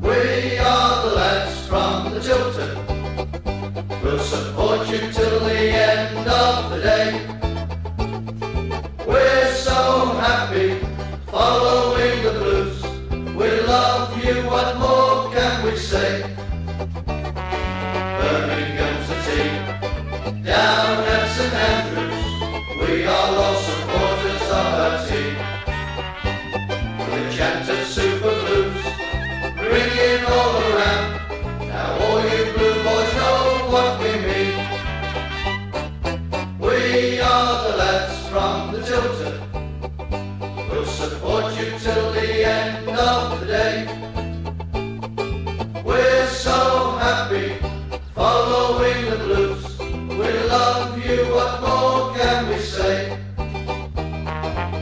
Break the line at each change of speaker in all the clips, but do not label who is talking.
We are the lads from the Tilton. We'll support you till the end of the day. We're so happy following the blues. We love you, what more can we say? Birmingham's the team, down at St Andrews. We are all supporters of our team. We're the chanted Super Blues ringing all around. Now all you blue boys know what we mean. We are the lads from the Tilton. We'll support you till the end of the day. We're so happy following the blues. We love you, what more can we say?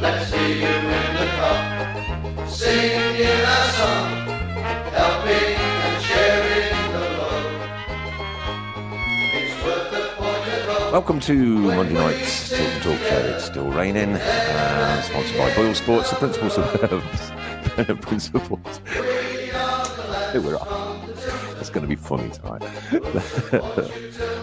Let's see you in the cup, singing our song helping and sharing the load. It's worth the point of hope.
Welcome to Monday night's Tilton Talk Show. It's still raining. Uh, sponsored by Boyle Sports, the principals of principals. Who we're off. It's going to be funny tonight.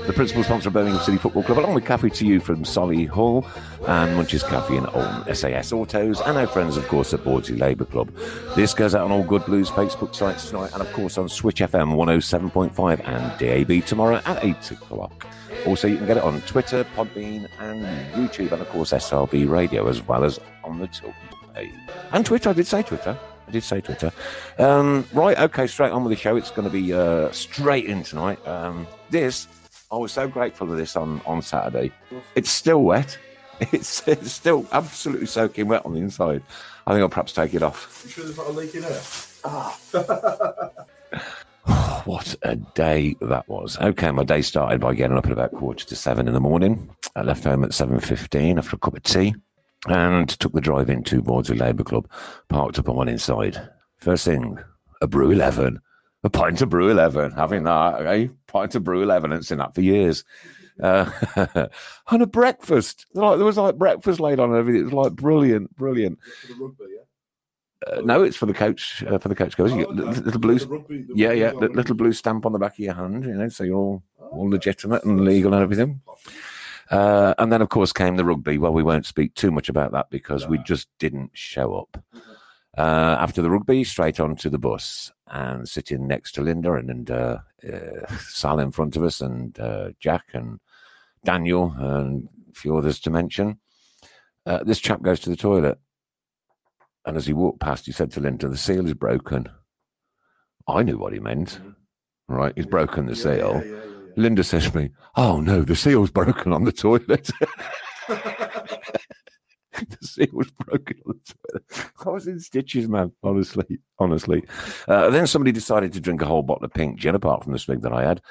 the principal sponsor of Birmingham City Football Club, along with Cafe to You from Solly Hall and Munch's Cafe in Oldham, SAS Autos, and our friends, of course, at Bawdsey Labour Club. This goes out on all Good Blues Facebook sites tonight, and of course on Switch FM 107.5 and DAB tomorrow at 8 o'clock. Also, you can get it on Twitter, Podbean, and YouTube, and of course, SRB Radio, as well as on the Tilton page. And Twitter, I did say Twitter. I did say Twitter. Um, right, okay, straight on with the show. It's going to be uh, straight in tonight. Um, this, I was Oh, so grateful for this on, on Saturday. It's still wet. It's, it's still absolutely soaking wet on the inside. I think I'll perhaps take it off. Ah.
You sure there's not a leak in it?
What a day that was. Okay, my day started by getting up at about quarter to seven in the morning. I left home at seven fifteen after a cup of tea and took the drive into Bawdsey Labour Club, parked up on one inside. First thing, a brew eleven. A pint of brew eleven. Having that, eh? Pint of brew eleven, it's been that for years. Uh, and a breakfast. Like, there was like breakfast laid on and everything. It was like brilliant, brilliant.
For the rugby, yeah.
Uh, no, it's for the coach. Uh, for the coach goes. You
Oh,
get
okay.
li- little blue.
The rugby- the
Yeah,
rugby Oh,
yeah,
one
li-
would
little
be-
blue stamp on the back of your hand, you know, so you're all, all legitimate and legal and everything. Uh, and then, of course, came the rugby. Well, we won't speak too much about that because we just didn't show up.
Mm-hmm.
Uh, after the rugby, straight onto the bus and sitting next to Linda and, and uh, uh, Sal in front of us and uh, Jack and Daniel and a few others to mention. Uh, this chap goes to the toilet. And as he walked past, he said to Linda, The seal is broken. I knew what he meant. Right? He's broken the
Mm-hmm. Yeah,
seal.
yeah, yeah, yeah, yeah.
Linda says to me, Oh no, the seal's broken on the toilet. the seal's broken on the toilet. I was in stitches, man, honestly. Honestly. Uh, then somebody decided to drink a whole bottle of pink gin apart from the swig that I had.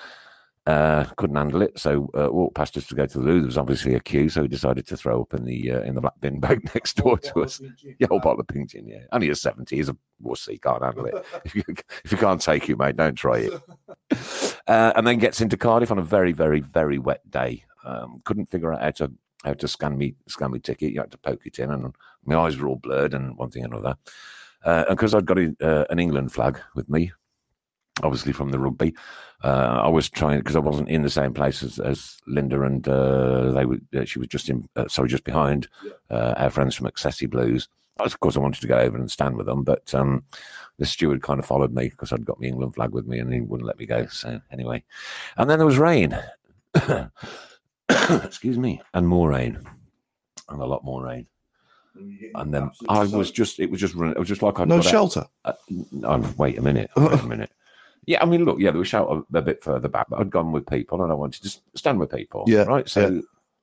Uh, couldn't handle it, so uh, walked past us to go to the loo. There was obviously a queue, so he decided to throw up in the uh, in the black bin bag next door
What-
to
what
us.
was the-
Yeah, whole bottle of pink gin, yeah. Only a 70 is a wussy, can't handle it. if, you, if you can't take it, mate, don't try it. Uh, and then gets into Cardiff on a very, very, very wet day. Um, couldn't figure out how to I had to scan me scan me ticket. You had to poke it in, and my eyes were all blurred, and one thing and another. Uh, and because I'd got a, uh, an England flag with me, obviously from the rugby, uh, I was trying because I wasn't in the same place as, as Linda, and uh, they were. Uh, she was just in, uh, sorry, just behind uh, our friends from Accessi Blues. I was- Of course, I wanted to go over and stand with them, but um, the steward kind of followed me because I'd got my England flag with me, and he wouldn't let me go. So anyway, and then there was rain. excuse me, and more rain, and a lot more rain.
And, you get
And then
absolutely
I was
soaked.
just, it was just running. It was just like I
No
got out-
shelter.
uh, oh, wait a minute, wait a minute. Yeah, I mean, look, yeah, there was shout a, a bit further back, but I'd gone with people and I wanted to s- stand with people.
Yeah,
Right. So,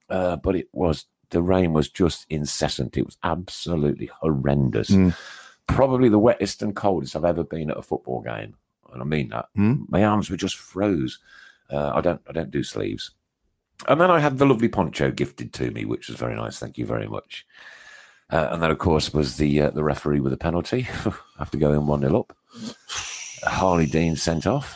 uh, but it was, the rain was just incessant. It was absolutely horrendous.
Mm.
Probably the wettest and coldest I've ever been at a football game. And I mean that.
Mm.
My arms were just froze. Uh, I don't, I don't do sleeves. And then I had the lovely poncho gifted to me, which was very nice. Thank you very much. Uh, and that, of course, was the uh, the referee with a penalty after going 1 0 up. Harley Dean sent off.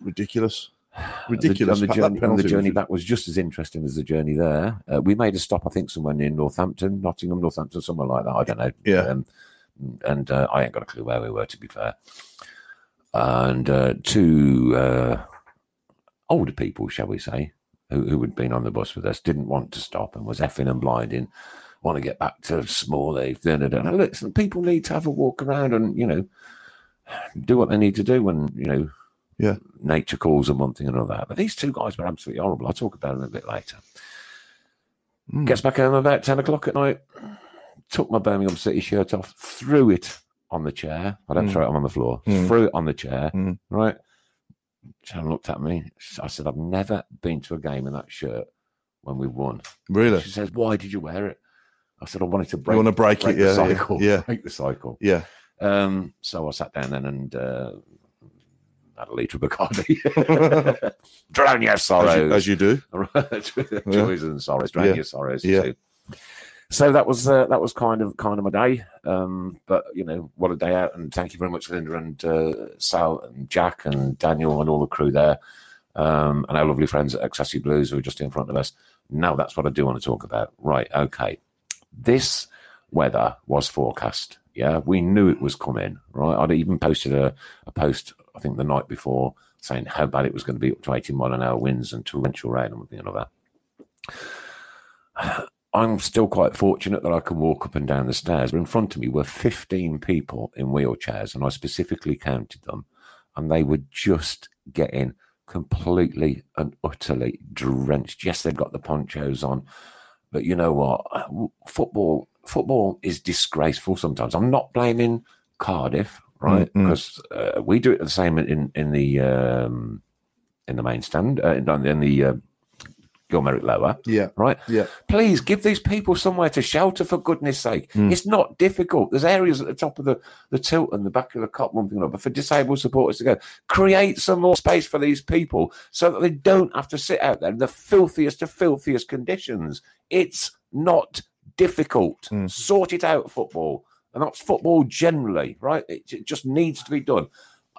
Ridiculous.
And the-
Ridiculous.
And the,
That
journey, and
penalty
the
was
journey back was just as interesting as the journey there. Uh, we made a stop, I think, somewhere near Northampton, Nottingham, Northampton, somewhere like that. I don't know.
Yeah.
Um, and uh, I ain't got a clue where we were, to be fair. And uh, two uh, older people, shall we say, who, who had been on the bus with us, didn't want to stop and was effing and blinding. Want to get back to small age. Then and look, some people need to have a walk around and you know do what they need to do when you know
Yeah.
nature calls and one thing and another. But these two guys were absolutely horrible. I'll talk about them a bit later.
Mm.
Gets back home about ten o'clock at night. Took my Birmingham City shirt off, threw it on the chair. I don't
Mm.
throw it on the floor.
Mm.
Threw it on the chair.
Mm.
Right. Sharon looked at me. I said, "I've never been to a game in that shirt when we won."
Really?
She says, "Why did you wear it?" I said, "I wanted to break.
You want to break,
break
it? Yeah.
the cycle.
Yeah. yeah.
break the cycle."
Yeah.
Um, so I sat down then and uh, had a litre of Bacardi. Drown your sorrows.
As, you, as you do.
joys and sorrows, drown
Yeah.
your sorrows
Yeah.
too. So that was uh, that was kind of kind of my day, um, but you know what a day out! And thank you very much, Linda and uh, Sal and Jack and Daniel and all the crew there, um, and our lovely friends at Accessi Blues who are just in front of us. Now that's what I do want to talk about. Right, okay, this weather was forecast. Yeah, we knew it was coming. Right, I'd even posted a, a post I think the night before saying how bad it was going to be up to 18 mile an hour winds and torrential rain and one thing and another. I'm still quite fortunate that I can walk up and down the stairs, but in front of me were 15 people in wheelchairs, and I specifically counted them, and they were just getting completely and utterly drenched. Yes, they've got the ponchos on, but you know what? Football, football is disgraceful sometimes. I'm not blaming Cardiff, right?
Mm, mm.
Because uh, we do it the same in in the um, in the main stand, uh, in, in the uh, Gilmerick Lower
Yeah.
right?
Yeah.
Please give these people somewhere to shelter for goodness sake.
Mm.
It's not difficult. There's areas at the top of the, the tilt and the back of the cop, one thing or another, for disabled supporters to go. Create some more space for these people so that they don't have to sit out there in the filthiest of filthiest conditions. It's not difficult.
Mm.
Sort it out, football. And that's football generally, right? It, it just needs to be done.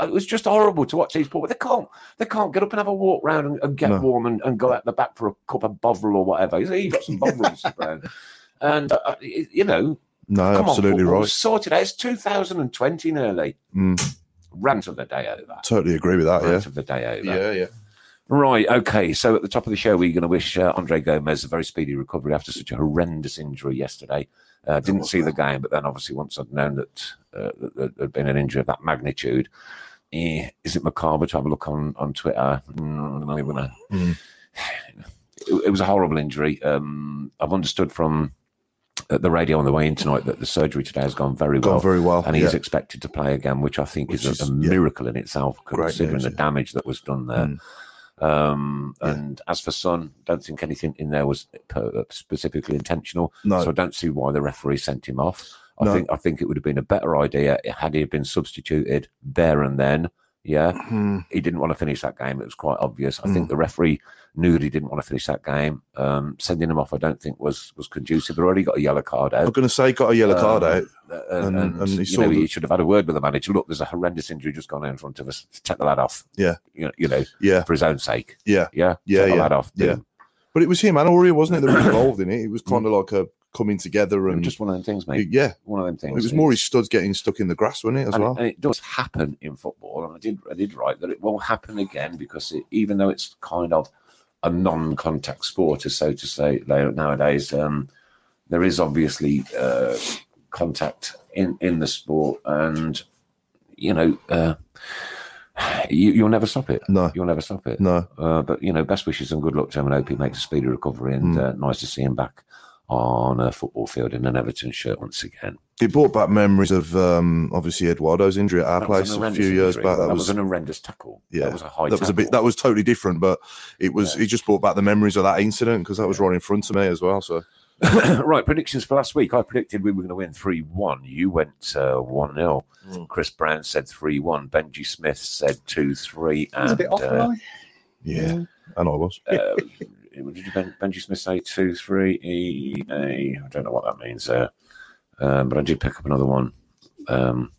Uh, It was just horrible to watch these people. They can't they can't get up and have a walk round and, and get
No.
warm and, and go out the back for a cup of bovril or whatever. You see, you've got some bovrils around. And, uh, y- you know,
No,
come
Uh, absolutely
on, football,
right.
sort it out. It's 2020 nearly.
Mm,
Rant of the day over.
totally agree with that.
Rant
Yeah.
of the day over.
Yeah. Yeah.
Right, okay. So at the top of the show, we're going to wish uh, Andre Gomez a very speedy recovery after such a horrendous injury yesterday. Uh, didn't see the game, but then obviously once I'd known that, uh, that there had been an injury of that magnitude, eh, is it macabre to have a look on, on Twitter? Mm, I'm not even gonna-
Mm.
It, it was a horrible injury. Um, I've understood from uh, the radio on the way in tonight that the surgery today has gone very well
Gone very well.
and he's
Oh, yeah.
expected to play again, which I think
Which
is, a- a,
is- yeah.
miracle in itself,
Great
considering
news,
the
yeah. Mm.
damage that was done there. Um,
Yeah.
And as for Son, don't think anything in there was per- uh, specifically intentional,
No.
so I don't see why the referee sent him off. I
No.
think I think it would have been a better idea had he been substituted there and then. Yeah,
Mm,
he didn't want to finish that game. It was quite obvious. I
Mm.
think the referee knew that he didn't want to finish that game. Um, sending him off, I don't think was was conducive. He already got a yellow card out
I'm going to say got a yellow card
um,
out.
uh,
And-
And,
and he
you
saw
know,
the-
he should have had a word with the manager. Look, there's a horrendous injury just gone on in front of us. Take the lad off.
Yeah.
You know, you know
Yeah.
for his own sake.
Yeah.
Yeah.
Yeah,
Take the
yeah,
lad off.
yeah.
Yeah.
But it was him and Aurea, wasn't it? That were involved in it. It was kind of like a coming together
It was
and
just one of them things, mate.
yeah.
One of them things.
It was more his studs getting stuck in the grass, wasn't it? As
and,
well.
and it does happen in football, and I did I did write that it won't happen again because it, even though it's kind of a non-contact sport, as so to say, now- nowadays, um, there is obviously uh, contact in in the sport, and you know, uh, you, you'll never stop it.
No,
You'll never stop it.
no.
Uh, but you know, best wishes and good luck to him. And hope he makes a speedy recovery. And
Hmm.
uh, nice to see him back on a football field in an Everton shirt once again.
It brought back memories of um, obviously Eduardo's injury at our
That was
place
an
a
horrendous
few years
injury.
back. That, was,
an horrendous tackle.
yeah,
that was a high.
that was a bit
tackle.
that was totally different, but it was
Yeah.
it just brought back the memories of that incident because that was right in front of me as well. So
right, predictions for last week. I predicted we were going to win 3 1. You went 1 0.
Mm.
Chris Brown said 3 1. Benji Smith said 2 3.
was a
And
bit off,
uh,
wasn't
yeah, and I was.
uh, what did ben, Benji Smith say 2 3? E, a, I don't know what that means. Uh, um, but I did pick up another one. Um,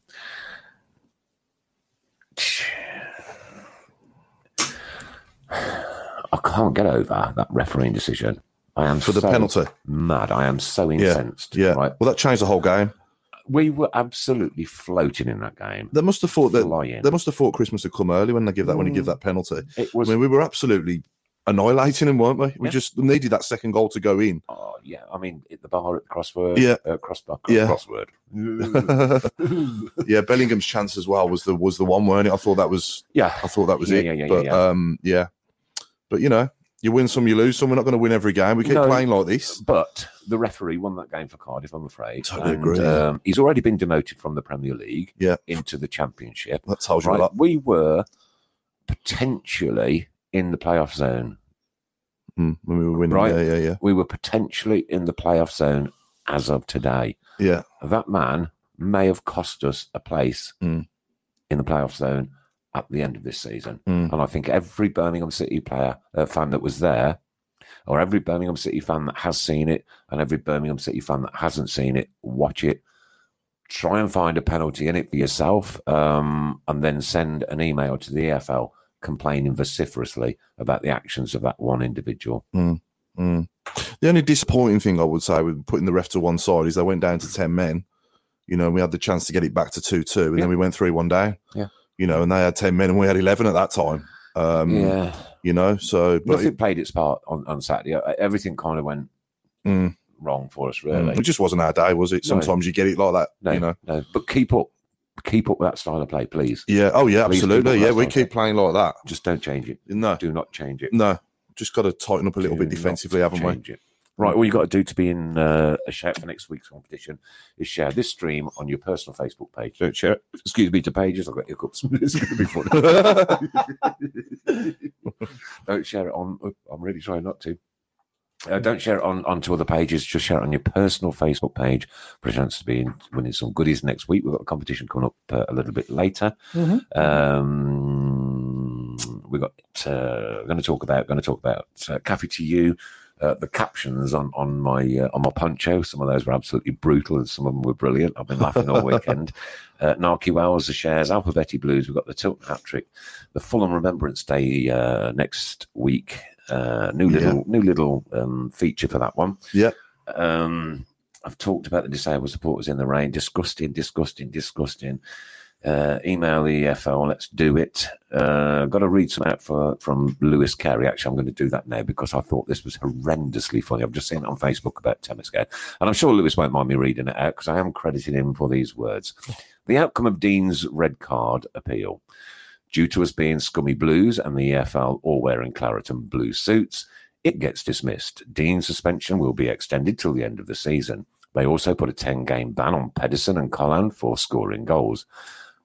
I can't get over that refereeing decision. I am
For the
so
penalty.
mad. I am so incensed.
Yeah.
Right.
Well that changed the whole game.
We were absolutely floating in that game.
They must have thought that
Flying.
they must have thought Christmas had come early when they give that when you give that penalty.
It
I
was.
mean, we were absolutely annihilating him, weren't we? We
Yeah.
just needed that second goal to go in.
oh, yeah. I mean, at the bar at the crossword.
Yeah.
Uh, crossbar.
Yeah.
Crossword.
yeah, Bellingham's chance as well was the was the one, weren't it? I thought that was
yeah.
I thought that was
Yeah,
it.
yeah, yeah, yeah,
but
yeah.
um, yeah, but you know, you win some, you lose some. We're not going to win every game. We keep
No.
playing like this.
But the referee won that game for Cardiff, I'm afraid.
Totally agree, yeah.
Um, he's already been demoted from the Premier League
Yeah.
into the Championship.
That tells you a
Right.
lot.
We were potentially in the playoff zone.
Mm, when we were winning,
Right.
yeah, yeah, yeah,
We were potentially in the playoff zone as of today.
yeah.
that man may have cost us a place
Mm.
in the playoff zone at the end of this season.
Mm.
And I think every Birmingham City player uh, fan that was there, or every Birmingham City fan that has seen it, and every Birmingham City fan that hasn't seen it, watch it. Try and find a penalty in it for yourself, um, and then send an email to the EFL complaining vociferously about the actions of that one individual.
Mm. The only disappointing thing I would say with putting the ref to one side is they went down to ten men. You know, and we had the chance to get it back to two two, and
Yeah.
then we went three one down.
Yeah.
you know, and they had ten men, and we had eleven at that time. Um,
yeah.
you know, so but
Nothing
it,
played its part on, on Saturday. Uh, Everything kind of went
Mm.
wrong for us, really.
it just wasn't our day, was it?
No.
Sometimes you get it like that.
No,
You know,
no. But keep up, keep up with that style of play, please.
yeah. Oh yeah,
Please do
absolutely.
not
Yeah,
rest
we
on
keep playing like that.
Just don't change it.
No,
Do not change it.
no. Just got to tighten up a little
Do
bit
not
defensively, haven't we?
change it. Right, all you got to do to be in uh, a shout for next week's competition is share this stream on your personal Facebook page. Don't share it. Excuse me to pages. I've got hiccups. it's going to be funny. don't share it on. oh, I'm really trying not to. Uh, don't share it on onto other pages. Just share it on your personal Facebook page for a chance to be in, winning some goodies next week. We've got a competition coming up uh, a little bit later. Um, we got uh, going to talk about going to talk about uh, Cafe to You. Uh, the captions on on my uh, on my poncho. Some of those were absolutely brutal, and some of them were brilliant. I've been laughing all weekend. Uh, Narky Wells, the shares, Alphabetti Blues. We've got the Tilton hat trick, the Fulham Remembrance Day uh, next week. Uh, new
Yeah.
little new little um, feature for that one.
Yep.
Um, I've talked about the disabled supporters in the rain. Disgusting, disgusting, disgusting. Uh, email the EFL. Let's do it. Uh, got to read some out for from Lewis Carey. Actually, I'm going to do that now because I thought this was horrendously funny. I've just seen it on Facebook about Temesco, and I'm sure Lewis won't mind me reading it out because I am crediting him for these words. The outcome of Dean's red card appeal. Due to us being scummy blues and the EFL all wearing claret and blue suits, it gets dismissed. Dean's suspension will be extended till the end of the season. They also put a 10 game ban on Pedersen and Collan for scoring goals.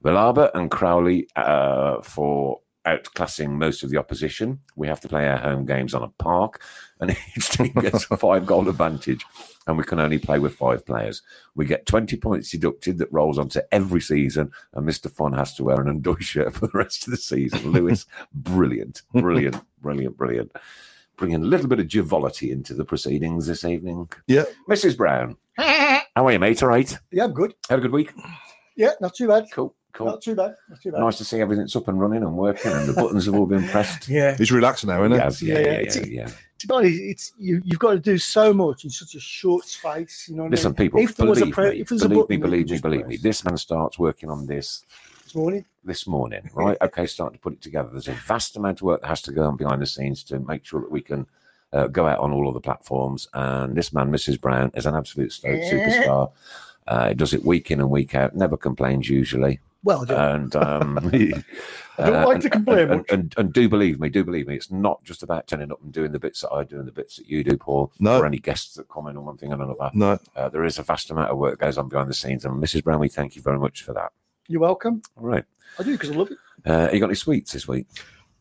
Vilaba and Crowley uh, for outclassing most of the opposition. We have to play our home games on a park, and each team gets a five goal advantage, and we can only play with five players. We get 20 points deducted that rolls onto every season, and Mr. Fon has to wear an Undoy shirt for the rest of the season. Lewis, brilliant, brilliant, brilliant, brilliant. Bringing a little bit of jovolity into the proceedings this evening.
Yeah.
Mrs. Brown, how are you, mate? All right.
he? Yeah, good.
Had a good week.
Yeah, not too bad.
Cool, cool.
Not too bad. Not too bad.
Oh. Nice to see everything's up and running and working, and the buttons have all been pressed.
Yeah.
He's relaxed now, isn't he?
Yes, yeah,
Yeah,
yeah,
yeah.
yeah,
It's-
yeah.
It's to be honest, it's you, you've got to do so much in such a short space. You know what I
Listen,
mean?
people,
If there was a
believe
pre-
me,
if there was a
believe me,
button, you
believe me,
just
believe me.
press.
This man starts working on this
this morning.
this morning, right? okay, starting to put it together. There's a vast amount of work that has to go on behind the scenes to make sure that we can uh, go out on all of the platforms. And this man, Mrs. Brown, is an absolute sto- superstar. Uh, he does it week in and week out. Never complains usually,
Well, I
and
don't-
um,
I don't
uh,
like
and-
to complain
And, and,
much.
and, and do believe me, do believe me, it's not just about turning up and doing the bits that I do and the bits that you do, Paul,
No.
or any guests that come in on one thing and another.
No,
Uh, there is a vast amount of work goes on behind the scenes, and Mrs. Brown, we thank you very much for that.
you're welcome.
All right,
I do because I love it.
uh, you got any sweets this week?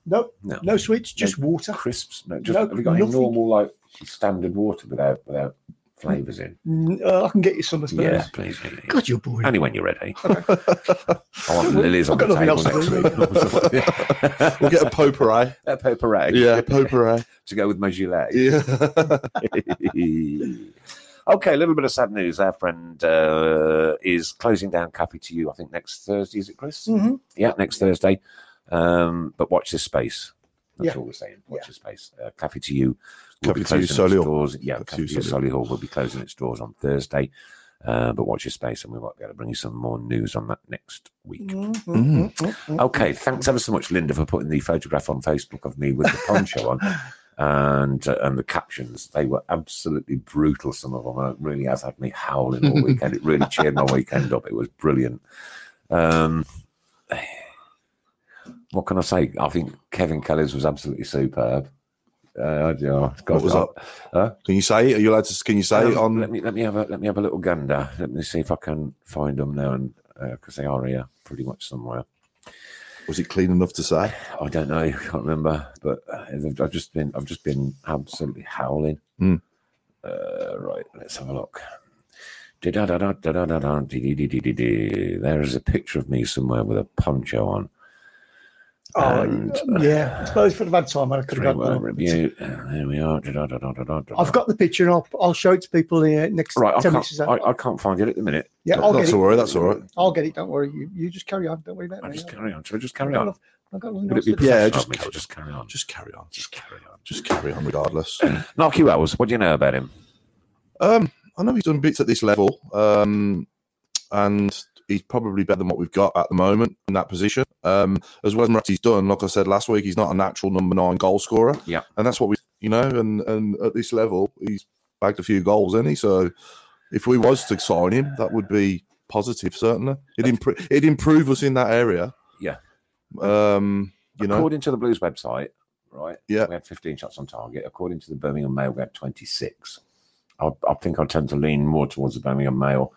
No,
No.
no sweets, just water.
crisps. No, just
No,
have you got any
nothing.
normal like standard water without without flavours in?
Mm, uh, I can get you some, I suppose.
Yeah, please. yeah, yeah.
God, you're boring.
Only when you're ready. I want lilies on
I've
the
got
table
nothing else
next week.
we'll get a potpourri.
a potpourri.
yeah, potpourri.
to go with my gilet.
Yeah.
okay, a little bit of sad news. Our friend uh, is closing down Copy to You, I think, next Thursday. Is it, Chris?
Mhm.
Yeah, next Thursday. Um, but watch this space. That's
Yeah.
all we're saying. Watch
Yeah.
this space. Uh, Cafe to You will be
Cafe to You,
closing its
Solihull.
doors. Yeah,
Cafe to
Cafe
You,
to You
Solihull.
Solihull will be closing its doors on Thursday. Uh, but watch your space, and we might be able to bring you some more news on that next week.
Mm, mm,
Mm.
mm, mm, mm.
Okay, thanks ever so much, Linda, for putting the photograph on Facebook of me with the poncho on, and uh, and the captions. They were absolutely brutal. Some of them, and it really has had me howling all weekend. It really cheered my weekend up. It was brilliant. Um, what can I say? I think Kevin Kelly's was absolutely superb. Uh, yeah, God,
What was
I-
that? Can you say it? Are you allowed to? Can you say it
um,
on?
let me let me have a let me have a little gander. Let me see if I can find them now, and because they are here, pretty much somewhere.
Was it clean enough to say?
I don't know, I can't remember, but uh, I've just been I've just been absolutely howling.
Hmm.
Uh, right, let's have a look. Da-da-da-da-da-da-da, dee-dee-dee-dee-dee. There is a picture of me somewhere with a poncho on.
Oh,
and-
yeah. I suppose for the bad time, I could
Three
have
word
got
review. Uh, There we are. Da-da-da-da-da-da-da.
I've got the picture and I'll, I'll show it to people in uh, next
right. I
10
can't,
minutes.
I, I can't find it at the minute.
yeah, I'll
that's
get, it.
all right. That's all right.
I'll get it. Don't worry. You, you just carry on. Don't worry about
I
me.
just carry on. Should I just
I've
carry
got
on?
enough- I've got enough
Would it be
to do.
professional
Yeah,
of
just-
me to just carry on.
Just carry on.
Just carry on.
Just carry on, regardless.
Narky Wells, what do you know about him?
Um, I know he's done bits at this level, um, and he's probably better than what we've got at the moment in that position. Um, as well as Moratti's done, like I said last week, he's not a natural number nine goal scorer.
Yeah.
and that's what we, you know, and and at this level, he's bagged a few goals, isn't he? So if we was to sign him, that would be positive, certainly. It improve it improve us in that area.
Yeah.
Um, you know,
according to the Blues website, right?
Yeah.
we had 15 shots on target. According to the Birmingham Mail, we had 26. I, I think I tend to lean more towards the Birmingham Mail,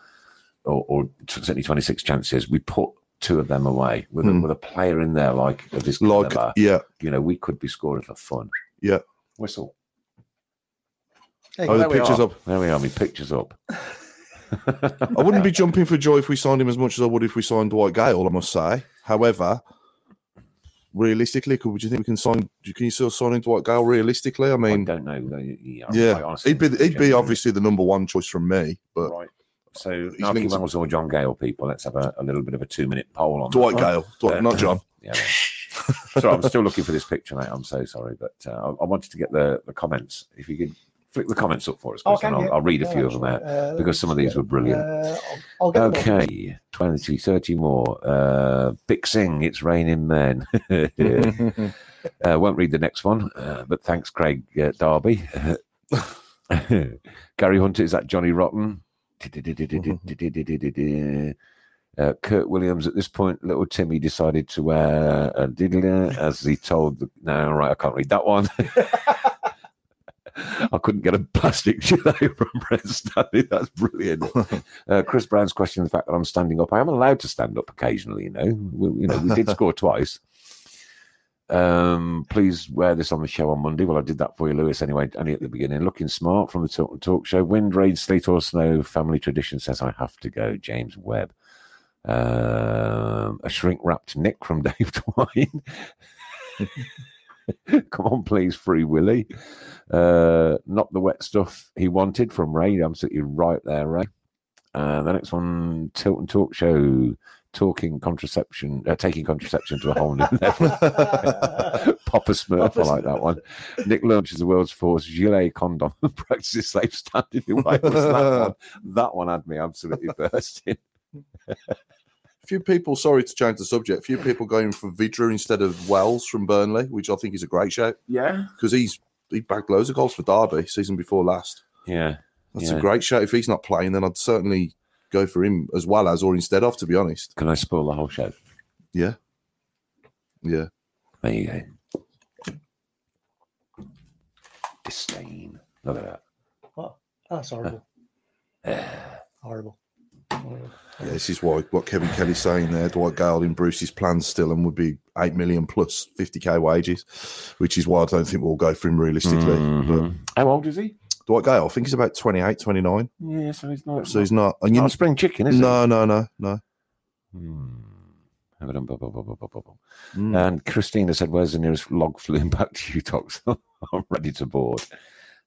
or, or t- certainly 26 chances. We put two of them away with, a,
Hmm.
with a player in there like of this
like
caliber.
yeah,
You know, we could be scoring for fun.
Yeah.
whistle.
There you
oh,
go.
There
the
we
pictures
are.
up.
There we are. We pictures up.
I wouldn't be jumping for joy if we signed him as much as I would if we signed Dwight Gale, I must say. However, realistically, could, do you think we can sign? Can you still sign in Dwight Gale realistically? I
I
mean,
don't know. They- Yeah, I
yeah,
honestly
he'd be he'd be
genuinely-
obviously the number one choice from me, but
right. So,
He's
Narky
linked to-
Wells or John Gale, people. Let's have a, a little bit of a two-minute poll on that
Dwight
one.
Gale, Dwight, not John.
Yeah. sorry, I'm still looking for this picture, mate. I'm so sorry, but uh, I, I wanted to get the, the comments. If you could flick the comments up for us, Chris,
Okay,
and I'll,
yeah.
I'll read a
Oh, Yeah,
few of them out
that's right. Uh,
because some of these were brilliant.
Uh, I'll, I'll get them all.
Okay, 20, 30 more. Uh, Bixing, it's raining men. uh, won't read the next one, uh, but thanks, Craig uh, Darby. Gary Hunter, is that Johnny Rotten? Uh, Kurt Williams, at this point, little Timmy decided to wear a diddler as he told the. No, right, I can't read that one. I couldn't get a plastic gilet from Brent Stanley. That's brilliant. Uh, Chris Brown's questioning the fact that I'm standing up. I am allowed to stand up occasionally, you know. We, you know, we did score twice. Um, please wear this on the show on Monday. Well, I did that for you, Lewis, anyway, only at the beginning. Looking smart from the Talk and Talk Show. Wind, rain, sleet, or snow. Family tradition says I have to go. James Webb. Um, a shrink wrapped Nick from Dave Twine. Come on, please, Free Willy. Uh, not the wet stuff he wanted from Ray. Absolutely right there, Ray. Uh, the next one, Tilt and Talk Show, talking contraception, uh, taking contraception to a whole new level. Papa Smurf,
Papa
I like that one. Nick launches the world's first gilet condom and practices safe standing in Wales. That one, that one had me absolutely bursting.
few people, sorry to change the subject, few people going for Vidra instead of Wells from Burnley, which I think is a great shout
Yeah,
because he's he bagged loads of goals for Derby season before last.
yeah,
That's
Yeah.
a great shout. If he's not playing, then I'd certainly go for him as well as or instead of, to be honest.
Can I spoil the whole show?
Yeah.
There you go. Disdain. Look at
That's horrible.
that.
horrible.
Yeah, this is why what Kevin Kelly's saying there. Dwight Gale in Bruce's plans still and would be eight million plus fifty k wages, which is why I don't think we'll go for him realistically. But
Mhm. How old is he?
Dwight Gale, I think he's about 28, 29.
Yeah, so he's not.
so he's not. And you
not a spring chicken, is
no, no, no, no.
he? Hmm. Have it on, bum, bum, bum, bum, bum, bum, bum.
Mm.
And Christina said, "Where's the nearest log flume back to you, Tox? I'm ready to board."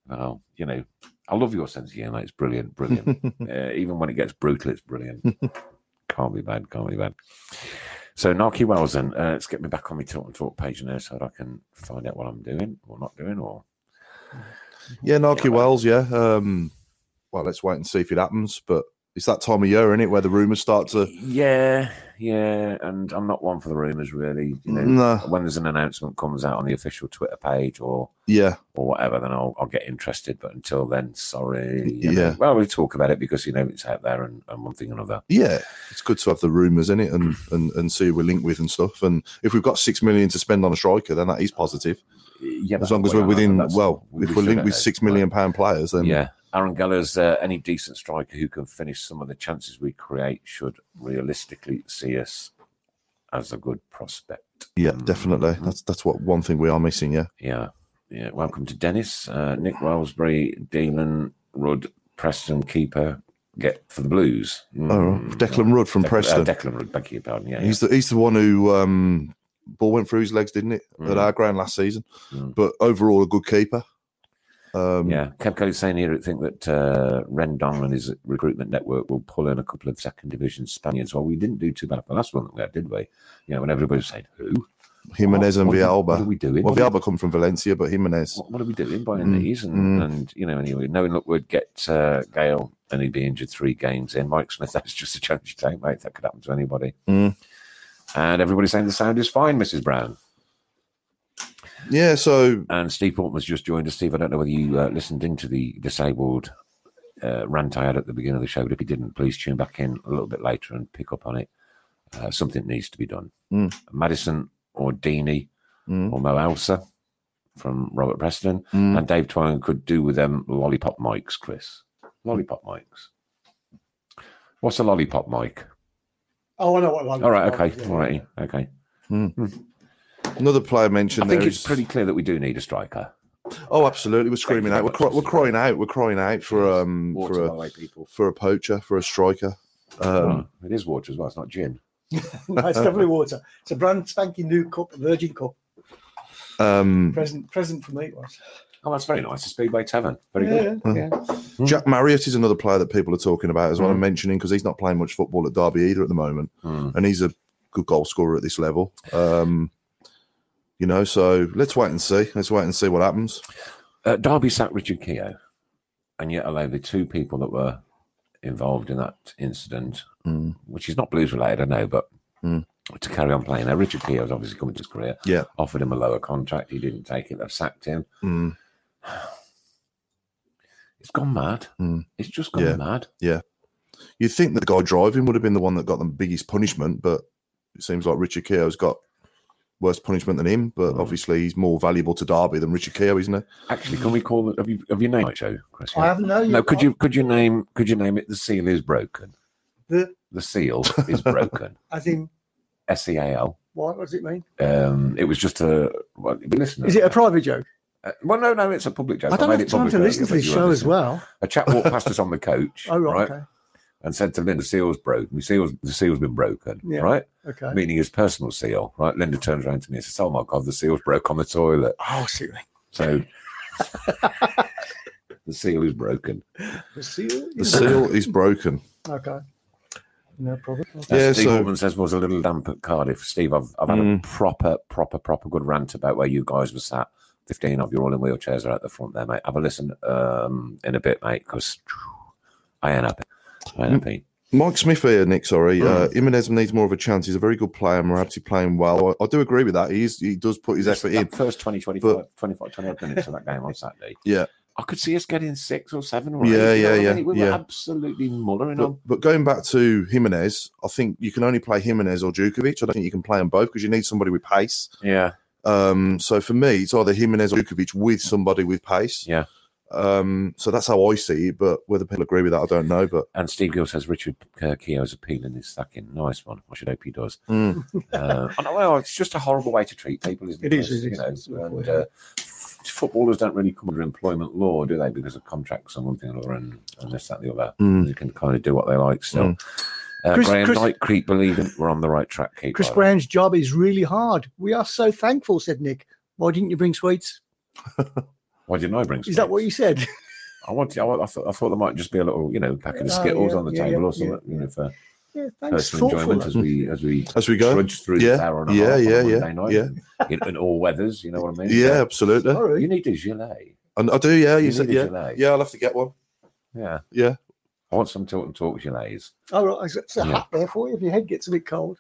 Well, you know, I love your sense of humour. It's brilliant, brilliant. uh, even when it gets brutal, it's brilliant. can't be bad, can't be bad. So, Naki Wells, then, uh, let's get me back on my talk and talk page now so that I can find out what I'm doing or not doing. Or
Yeah, Narky Wells, yeah. Um, well, let's wait and see if it happens. But it's that time of year, isn't it, where the rumours start to.
yeah, yeah, and I'm not one for the rumours really. You know,
Nah,
when there's an announcement comes out on the official Twitter page or
yeah,
or whatever, then I'll, I'll get interested. But until then, sorry. you know.
Yeah.
Well, we talk about it because you know it's out there and, and one thing or another.
yeah. It's good to have the rumours in it and,
Hmm.
and, and see who we're linked with and stuff. And if we've got six million to spend on a striker, then that is positive.
Yeah,
As
but-
long as
well,
we're within,
that's-
well,
we
if
should
we're linked
have
with
known.
six million pound players, then
Yeah. Aaron Geller's uh, any decent striker who can finish some of the chances we create should realistically see us as a good prospect. Hmm.
yeah, definitely. That's that's what one thing we are missing. Yeah,
Yeah. Yeah. Welcome to Dennis, uh, Nick Wellesbury, Dylan Rudd, Preston keeper. Get for the Blues.
oh, Declan Rudd from
Hmm. Declan- uh,
Preston.
Declan Rudd, beg your pardon. Yeah,
He's the he's the one who um, ball went through his legs, didn't it,
Mm.
at our ground last season?
Mm.
But overall, a good keeper. Um,
Yeah, Kevco's saying here, I think that uh, Rendon and his recruitment network will pull in a couple of second division Spaniards. Well, we didn't do too bad for the last one that we had, did we? You know, when everybody was saying, who?
Jimenez and
What- what are-
Villalba.
What are we doing?
Well,
What are-
Villalba come from Valencia, but Jimenez.
what, what are we doing buying
Mm,
these? And,
mm.
and you know, anyway, knowing that we'd get uh, Gale and he'd be injured three games in, Mike Smith, that's just a chance you take, mate. That could happen to anybody.
Mm.
And everybody's saying the sound is fine, Mrs. Brown.
Yeah, so
And Steve Portman's just joined us. Steve, I don't know whether you uh, listened into the disabled uh, rant I had at the beginning of the show, but if you didn't, please tune back in a little bit later and pick up on it. Uh, something needs to be done.
Mm.
Madison or Deeney
mm,
or Mo Elsa from Robert Preston
mm,
and Dave Twine could do with them lollipop mics, Chris. Lollipop
Mm.
mics. What's a lollipop mic?
Oh, I know what one.
All right, okay, all right, okay.
another player
I
mentioned
think
there
it's
is-
pretty clear that we do need a striker.
Oh, absolutely, we're screaming out. We're, cry, we're crying out. We're crying out for um
Water,
for
by the
a
way, people.
for a poacher for a striker. Um,
Oh, it is water as well. It's not gin.
it's definitely water. It's a brand spanking new cup, Virgin Cup.
um,
Present, present for me it was.
Oh, that's very nice. The Speedway Tavern. Very good.
Yeah.
Jack Marriott is another player that people are talking about as well.
Mm.
I'm mentioning because he's not playing much football at Derby either at the moment,
Mm.
and he's a good goal scorer at this level. Um, you know, so let's wait and see. Let's wait and see what happens.
Uh, Derby sacked Richard Keogh, and yet although the two people that were involved in that incident,
Mm.
which is not blues related, I know, but
Hmm.
Mm.
to carry on playing. Now, Richard Keogh's obviously coming to his career.
Yeah.
Offered him a lower contract. He didn't take it. They've sacked him.
Mm.
It's gone mad.
Hmm.
Mm.
It's just gone
Yeah.
mad.
You'd think that the guy driving would have been the one that got the biggest punishment, but it seems like Richard Keogh's got worse punishment than him. But
Mm.
obviously, he's more valuable to Derby than Richard Keogh, isn't he?
Actually, can we call it? Have you have you named it, Joe? Chris?
I haven't known you.
No. Could you could you name could you name it? The seal is broken.
The-
the seal is broken.
As in,
S e a l.
what, what does it mean?
Um, it was just a. Well, listen,
Is it a private joke?
Uh, well, no, no, it's a public joke.
I don't
made
have
it
time
public
to
earlier,
listen to
but
this
you
show as
understand.
well.
A chap walked past us on the coach,
Oh,
right,
right.
and said to Linda, "Seal's broke. My seal's the seal's been broken,
Yeah.
right?
Okay. okay.
Meaning his personal seal, right?" Linda turns around to me and says, "Oh my god, the seal's broke on the toilet."
Oh, see you.
So the seal is broken.
The seal.
The seal is broken.
Okay. No problem. Okay.
That's
Yeah,
Steve
so-
Orban says was a little damp at Cardiff. Steve, I've, I've had a
Mm.
proper, proper, proper good rant about where you guys were sat. 15 of you all in wheelchairs are at the front there, mate. Have a listen um, in a bit, mate, because I ain't happy. I
Hmm.
ain't happy.
Mike Smith here, Nick. Sorry, uh, Jimenez needs more of a chance. He's a very good player, and we're actually playing well. I, I do agree with that. He's he does put his effort in.
That first 20, 25, 25, 28 minutes of that game on Saturday.
Yeah.
I could see us getting six or seven. Or
Yeah,
eight, you know
yeah,
what I
yeah,
mean? We were
yeah.
absolutely mullering
But,
on.
but going back to Jimenez, I think you can only play Jimenez or Djukovic. I don't think you can play them both because you need somebody with pace.
Yeah.
Um, so for me, it's either Jimenez or Djukovic with somebody with pace.
Yeah.
Um, so that's how I see it. But whether people agree with that, I don't know. But
And Steve Gill says Richard uh, Keogh's appealing is fucking nice one. I should hope he does.
mm,
Uh, I don't know, it's just a horrible way to treat people, isn't it?
It is,
It's,
it
you
is.
know,
It's awful,
and,
yeah.
uh, footballers don't really come under employment law, do they? Because of contracts and one thing or another, and, and this, that, and the other.
mm.
They can kind of do what they like. So, uh,
Chris-
Graham
Chris-
Knight Creek believing we're on the right track. Keep
Chris
going.
Brown's job is really hard. We are so thankful, said Nick. Why didn't you bring sweets?
Why didn't I bring?
Is that what you said?
I want. I, want- I, thought, I thought there might just be a little, you know, packet of
Oh,
skittles
yeah,
on the
yeah,
table
yeah,
or something,
yeah.
you know, for
Yeah, thanks.
personal enjoyment
Thoughtful.
as we as we
As we go,
trudge through
Yeah,
this hour and a
yeah,
half
yeah,
on a
yeah,
Monday night
yeah.
in, in all weathers. You know what I mean?
yeah, absolutely.
So, you
Sorry.
need a gilet.
And I do. Yeah, you,
You
said
need a
yeah.
gilet.
Yeah, I'll have to get one.
Yeah.
Yeah.
I want some tilt and talk gilets.
All right, it's a
Yeah.
hat there for you if your head gets a bit cold.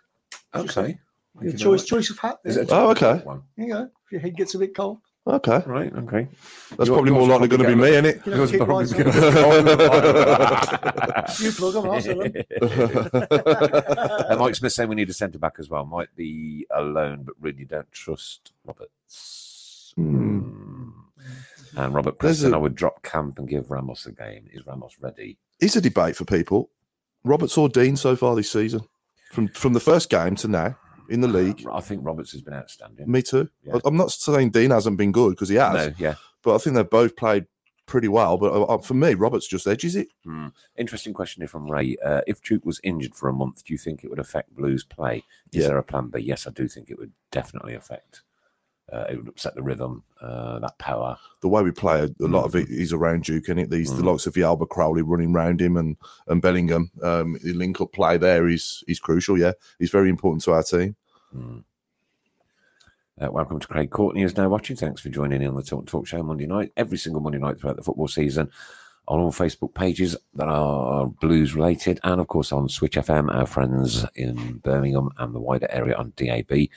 Okay.
Your choice, choice of hat. There.
Is it a
Oh,
tilt and
okay.
talk One?
you know, if your head gets a bit cold.
Okay,
Right. Okay.
that's
Your-
probably more
yours
likely going
probably
to
go-
be me, isn't it?
You know,
Yours
kick
probably
wise,
gonna-
You plug 'em, I'll sell 'em.
Uh, Mike Smith saying we need a centre back as well. Might be alone, but really don't trust Roberts. Hmm. And Robert
There's
Preston,
a-
I would drop camp and give Ramos a game. Is Ramos ready?
It's a debate for people. Roberts or Dean so far this season, from from the first game to now in the league.
Um, I think Roberts has been outstanding.
Me too.
Yeah.
I- I'm not saying Dean hasn't been good because he has,
No, yeah.
but I think they've both played pretty well. But uh, uh, for me, Roberts just edges it.
Hmm. Interesting question here from Ray. Uh, if Duke was injured for a month, do you think it would affect Blues play? Is
Yeah.
there a plan B? Yes, I do think it would definitely affect. Uh, it would upset the rhythm, uh, that power.
The way we play, a lot of it is around Duke, and it these the likes of Yalba Crowley running round him and and Bellingham. Um, the link up play there is is crucial. Yeah, he's very important to our team.
Hmm. Uh, welcome to Craig Courtney, who's now watching. Thanks for joining in on the Talk Talk Show Monday night, every single Monday night throughout the football season, on all Facebook pages that are Blues related, and of course on Switch FM, our friends in Birmingham and the wider area on DAB, and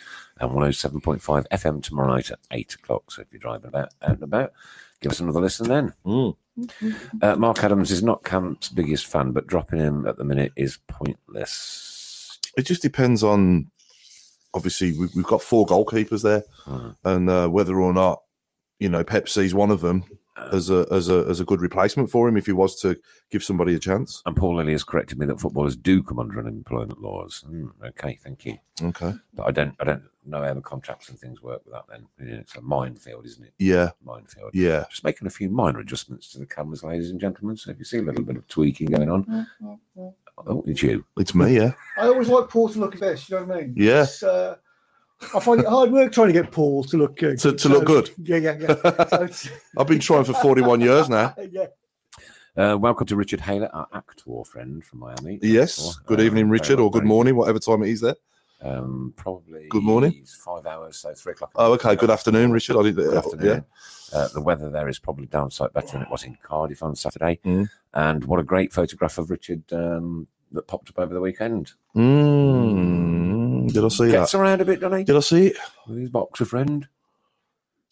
107.5 FM tomorrow night at 8 o'clock. So if you're driving about, out and about, give us another listen then.
Mm.
Uh, Mark Adams is not Camp's biggest fan, but dropping him at the minute is pointless.
It just depends on. Obviously, we- we've got four goalkeepers there,
Mm.
and uh, whether or not you know Pep sees one of them
Uh.
as a as a as a good replacement for him if he was to give somebody a chance.
And Paul Lilly has corrected me that footballers do come under unemployment laws. Hmm, okay, thank you.
Okay.
But I don't, I don't know how the contracts and things work with that. Then Yeah, it's a minefield, isn't it?
Yeah.
Minefield.
Yeah.
Just making a few minor adjustments to the cameras, ladies and gentlemen. So if you see a little bit of tweaking going on,
Mm-hmm.
oh, it's you.
It's me. Yeah.
I always like Paul to look his best. You know what I mean?
Yeah.
It's, uh, I find it hard work trying to get Paul to look good.
To- to look good.
Yeah, yeah, yeah. So it's-
I've been trying for 41 years now.
yeah.
Uh, welcome to Richard Haylor, our actor friend from Miami.
Yes. Good
Um,
evening,
very
Richard,
well,
or good
very-
morning, whatever time it is there.
Um, probably.
Good morning.
Five hours, so three o'clock.
Oh, okay. Good afternoon, Richard. I did
Good
that. Oh, Yeah.
afternoon. Uh, the weather there is probably down site better than it was in Cardiff on Saturday.
Mm.
And what a great photograph of Richard um, that popped up over the weekend.
Mm, did I see
Gets
that?
around a bit, doesn't he?
Did I see it?
With his boxer friend.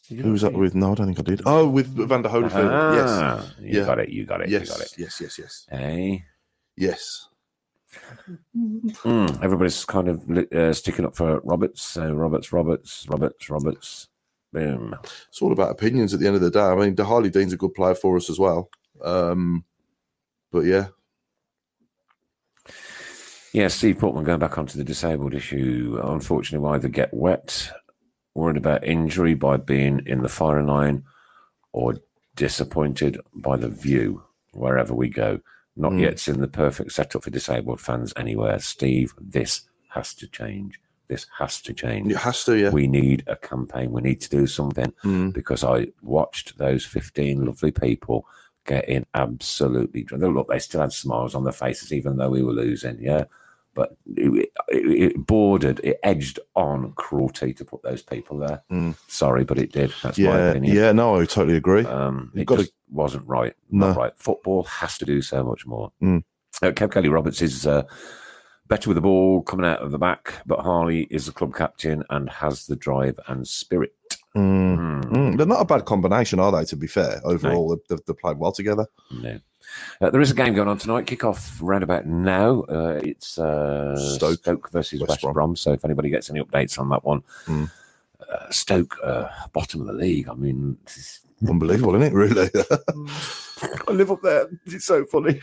Did you
Who was
not
that
see
with? No, I don't think I did. Oh, with Van der
it?
Holyfield.
Ah, You
Yeah.
got it. You got it.
Yes.
You got it. Eh?
Yes. Yes. Yes. Yes.
Hey,
Yes.
Mm, everybody's kind of li- uh, sticking up for Roberts. So Roberts, Roberts, Roberts, Roberts. Boom.
It's all about opinions at the end of the day. I mean, De Harley Dean's a good player for us as well. Um, but yeah,
Yeah, Steve Portman going back onto the disabled issue. Unfortunately, will either get wet, worried about injury by being in the firing line, or disappointed by the view wherever we go. Not
Mm.
yet seen the perfect setup for disabled fans anywhere. Steve, this has to change. This has to change.
it has to. Yeah.
We need a campaign. We need to do something
Mm.
because I watched those 15 lovely people getting absolutely drunk. Look, they still had smiles on their faces, even though we were losing. Yeah, but it, it, it bordered, it edged on cruelty to put those people there.
Mm.
Sorry, but it did. That's my
yeah,
opinion.
yeah, no, I totally agree.
Um,
You've
it
gotta-
just wasn't right.
No.
Not right. Football has to do so much more.
Mm.
Uh, Kev Kelly Roberts is uh, better with the ball coming out of the back, but Harley is the club captain and has the drive and spirit.
Mm.
Mm,
Mm, they're not a bad combination, are they? To be fair, overall, they've, they've, they've played well together.
no. Uh, there is a game going on tonight. Kickoff round about now. Uh, it's uh,
Stoke.
Stoke. versus
West
West,
Brom.
Brom. So if anybody gets any updates on that one,
Mm.
uh, Stoke uh, bottom of the league. I mean, this is-
Unbelievable, isn't it? Really?
Mm.
I live up there. It's so funny.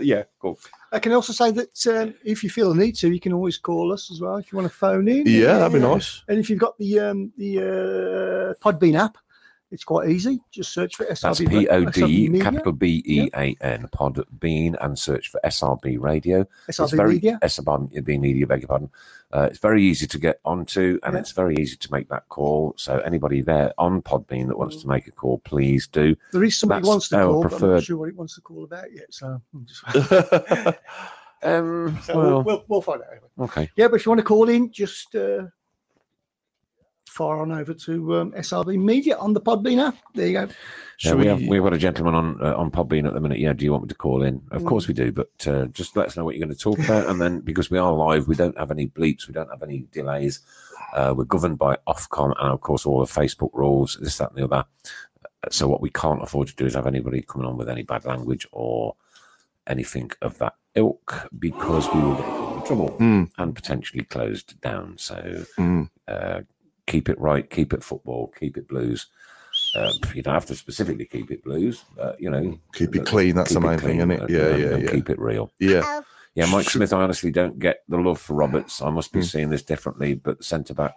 yeah, cool.
I can also say that um, if you feel the need to, you can always call us as well if you want to phone in.
yeah, that'd be nice.
And if you've got the um, the uh, Podbean app, it's quite easy. Just search for SRB.
That's P O D
Media,
capital B E A N Pod Bean and search for SRB Radio.
SRB
it's very
Media.
SRB Media, beg your pardon. Uh, it's very easy to get onto, and
Yeah.
it's very easy to make that call. So anybody there on Podbean that wants to make a call, please do.
There is somebody who
that's
wants to
our
call, but I'm not
preferred-
sure what it wants to call about yet. So, I'm just,
Um,
so we'll,
well,
we'll, we'll find out. Anyway.
okay.
Yeah, but if you want to call in, just uh, fire on over to um, SRB Media on the Podbean app. There you go.
Yeah, we have we've got a gentleman on uh, on Podbean at the minute. Yeah, do you want me to call in? Of
Mm.
course we do, but uh, just let us know what you're going to talk about, and then because we are live, we don't have any bleeps, we don't have any delays. Uh, we're governed by Ofcom and of course all the Facebook rules, this, that, and the other. So what we can't afford to do is have anybody coming on with any bad language or anything of that ilk, because we will get in trouble
Mm,
and potentially closed down. So
mm.
uh, keep it right, keep it football, keep it blues. Uh, you don't have to specifically keep it blues, uh, you know.
Keep it clean. That's
keep
the main thing,
clean
isn't it?
and-
Yeah,
and-
yeah,
and
yeah,
Keep it real.
yeah.
Yeah, Mike Smith. I honestly don't get the love for Roberts. I must be
Hmm.
seeing this differently, but centre back.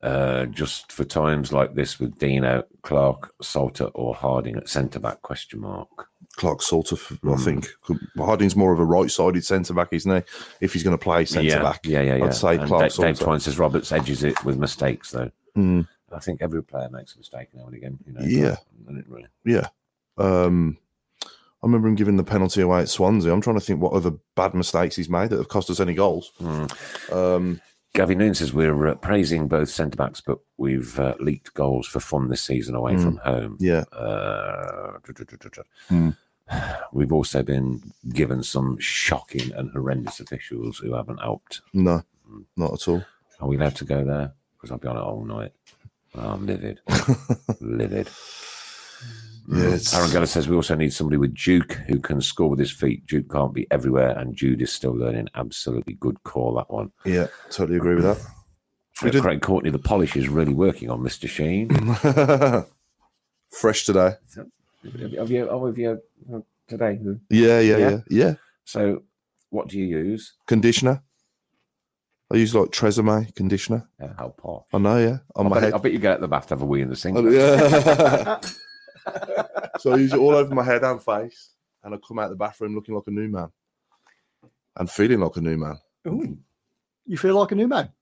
Uh, just for times like this with Dino, Clark, Salter, or Harding at centre back? Question mark.
Clark sort of, I
Mm.
think. Harding's more of a right-sided centre back, isn't he? If he's going to play centre
yeah,
back,
Yeah, yeah, yeah.
I'd say
And
Clark,
Da- Dave
Salter.
Twine says Roberts edges it with mistakes, though.
Mm,
I think every player makes a mistake now and again. You know,
Yeah.
And it really-
yeah. Um, I remember him giving the penalty away at Swansea. I'm trying to think what other bad mistakes he's made that have cost us any goals.
Hmm.
Um,
Gavin Noon says we're uh, praising both centre backs, but we've uh, leaked goals for fun this season away
Mm.
from home.
yeah,
Uh, duh, duh, duh, duh, duh.
Hmm.
We've also been given some shocking and horrendous officials who haven't helped.
no, not at all.
Are we allowed to go there? Because I'll be on it all night. Oh, I'm livid. livid.
Yeah, it's-
Mm. Aaron Geller says we also need somebody with Duke who can score with his feet. Duke can't be everywhere, and Jude is still learning. Absolutely good call, that one.
Yeah, totally agree with that. We
Uh,
did-
Craig Courtney, the polish is really working on Mr. Sheen.
Fresh today.
have you, have you, oh, have you uh, today?
Yeah, yeah, yeah,
Yeah?
yeah.
So, what do you use?
Conditioner. I use like Tresemme conditioner.
Uh, how posh.
I know, yeah, on
I
my
bet,
head.
I bet you go out the bath to have a wee in the sink.
Oh, yeah. so I use it all over my head and face, and I come out the bathroom looking like a new man and feeling like a new man.
Ooh. You feel like a new man.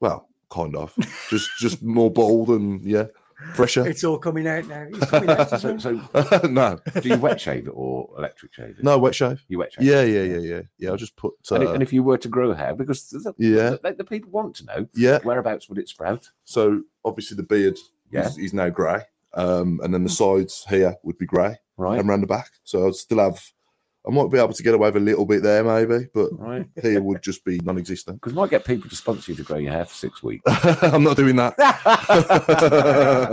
Well, kind of. Just, just more bold and yeah, fresher.
It's all coming out now. It's coming out, isn't
So,
it?
so
no,
do you wet shave it or electric shave it?
no wet shave.
You wet shave
Yeah,
it.
yeah, yeah, yeah, yeah. I just put. Uh,
And, if, and if you were to grow hair, because the,
yeah,
the, the people want to know
yeah.
whereabouts would it sprout?
So obviously the beard
Yeah. Mm.
is, is now grey, um, and then the sides here would be grey.
Right.
and round the back. So I'd still have, I might be able to get away with a little bit there, maybe, but
Right.
here would just be non existent.
Because might get people to sponsor you to grow your hair for six weeks.
I'm not doing that.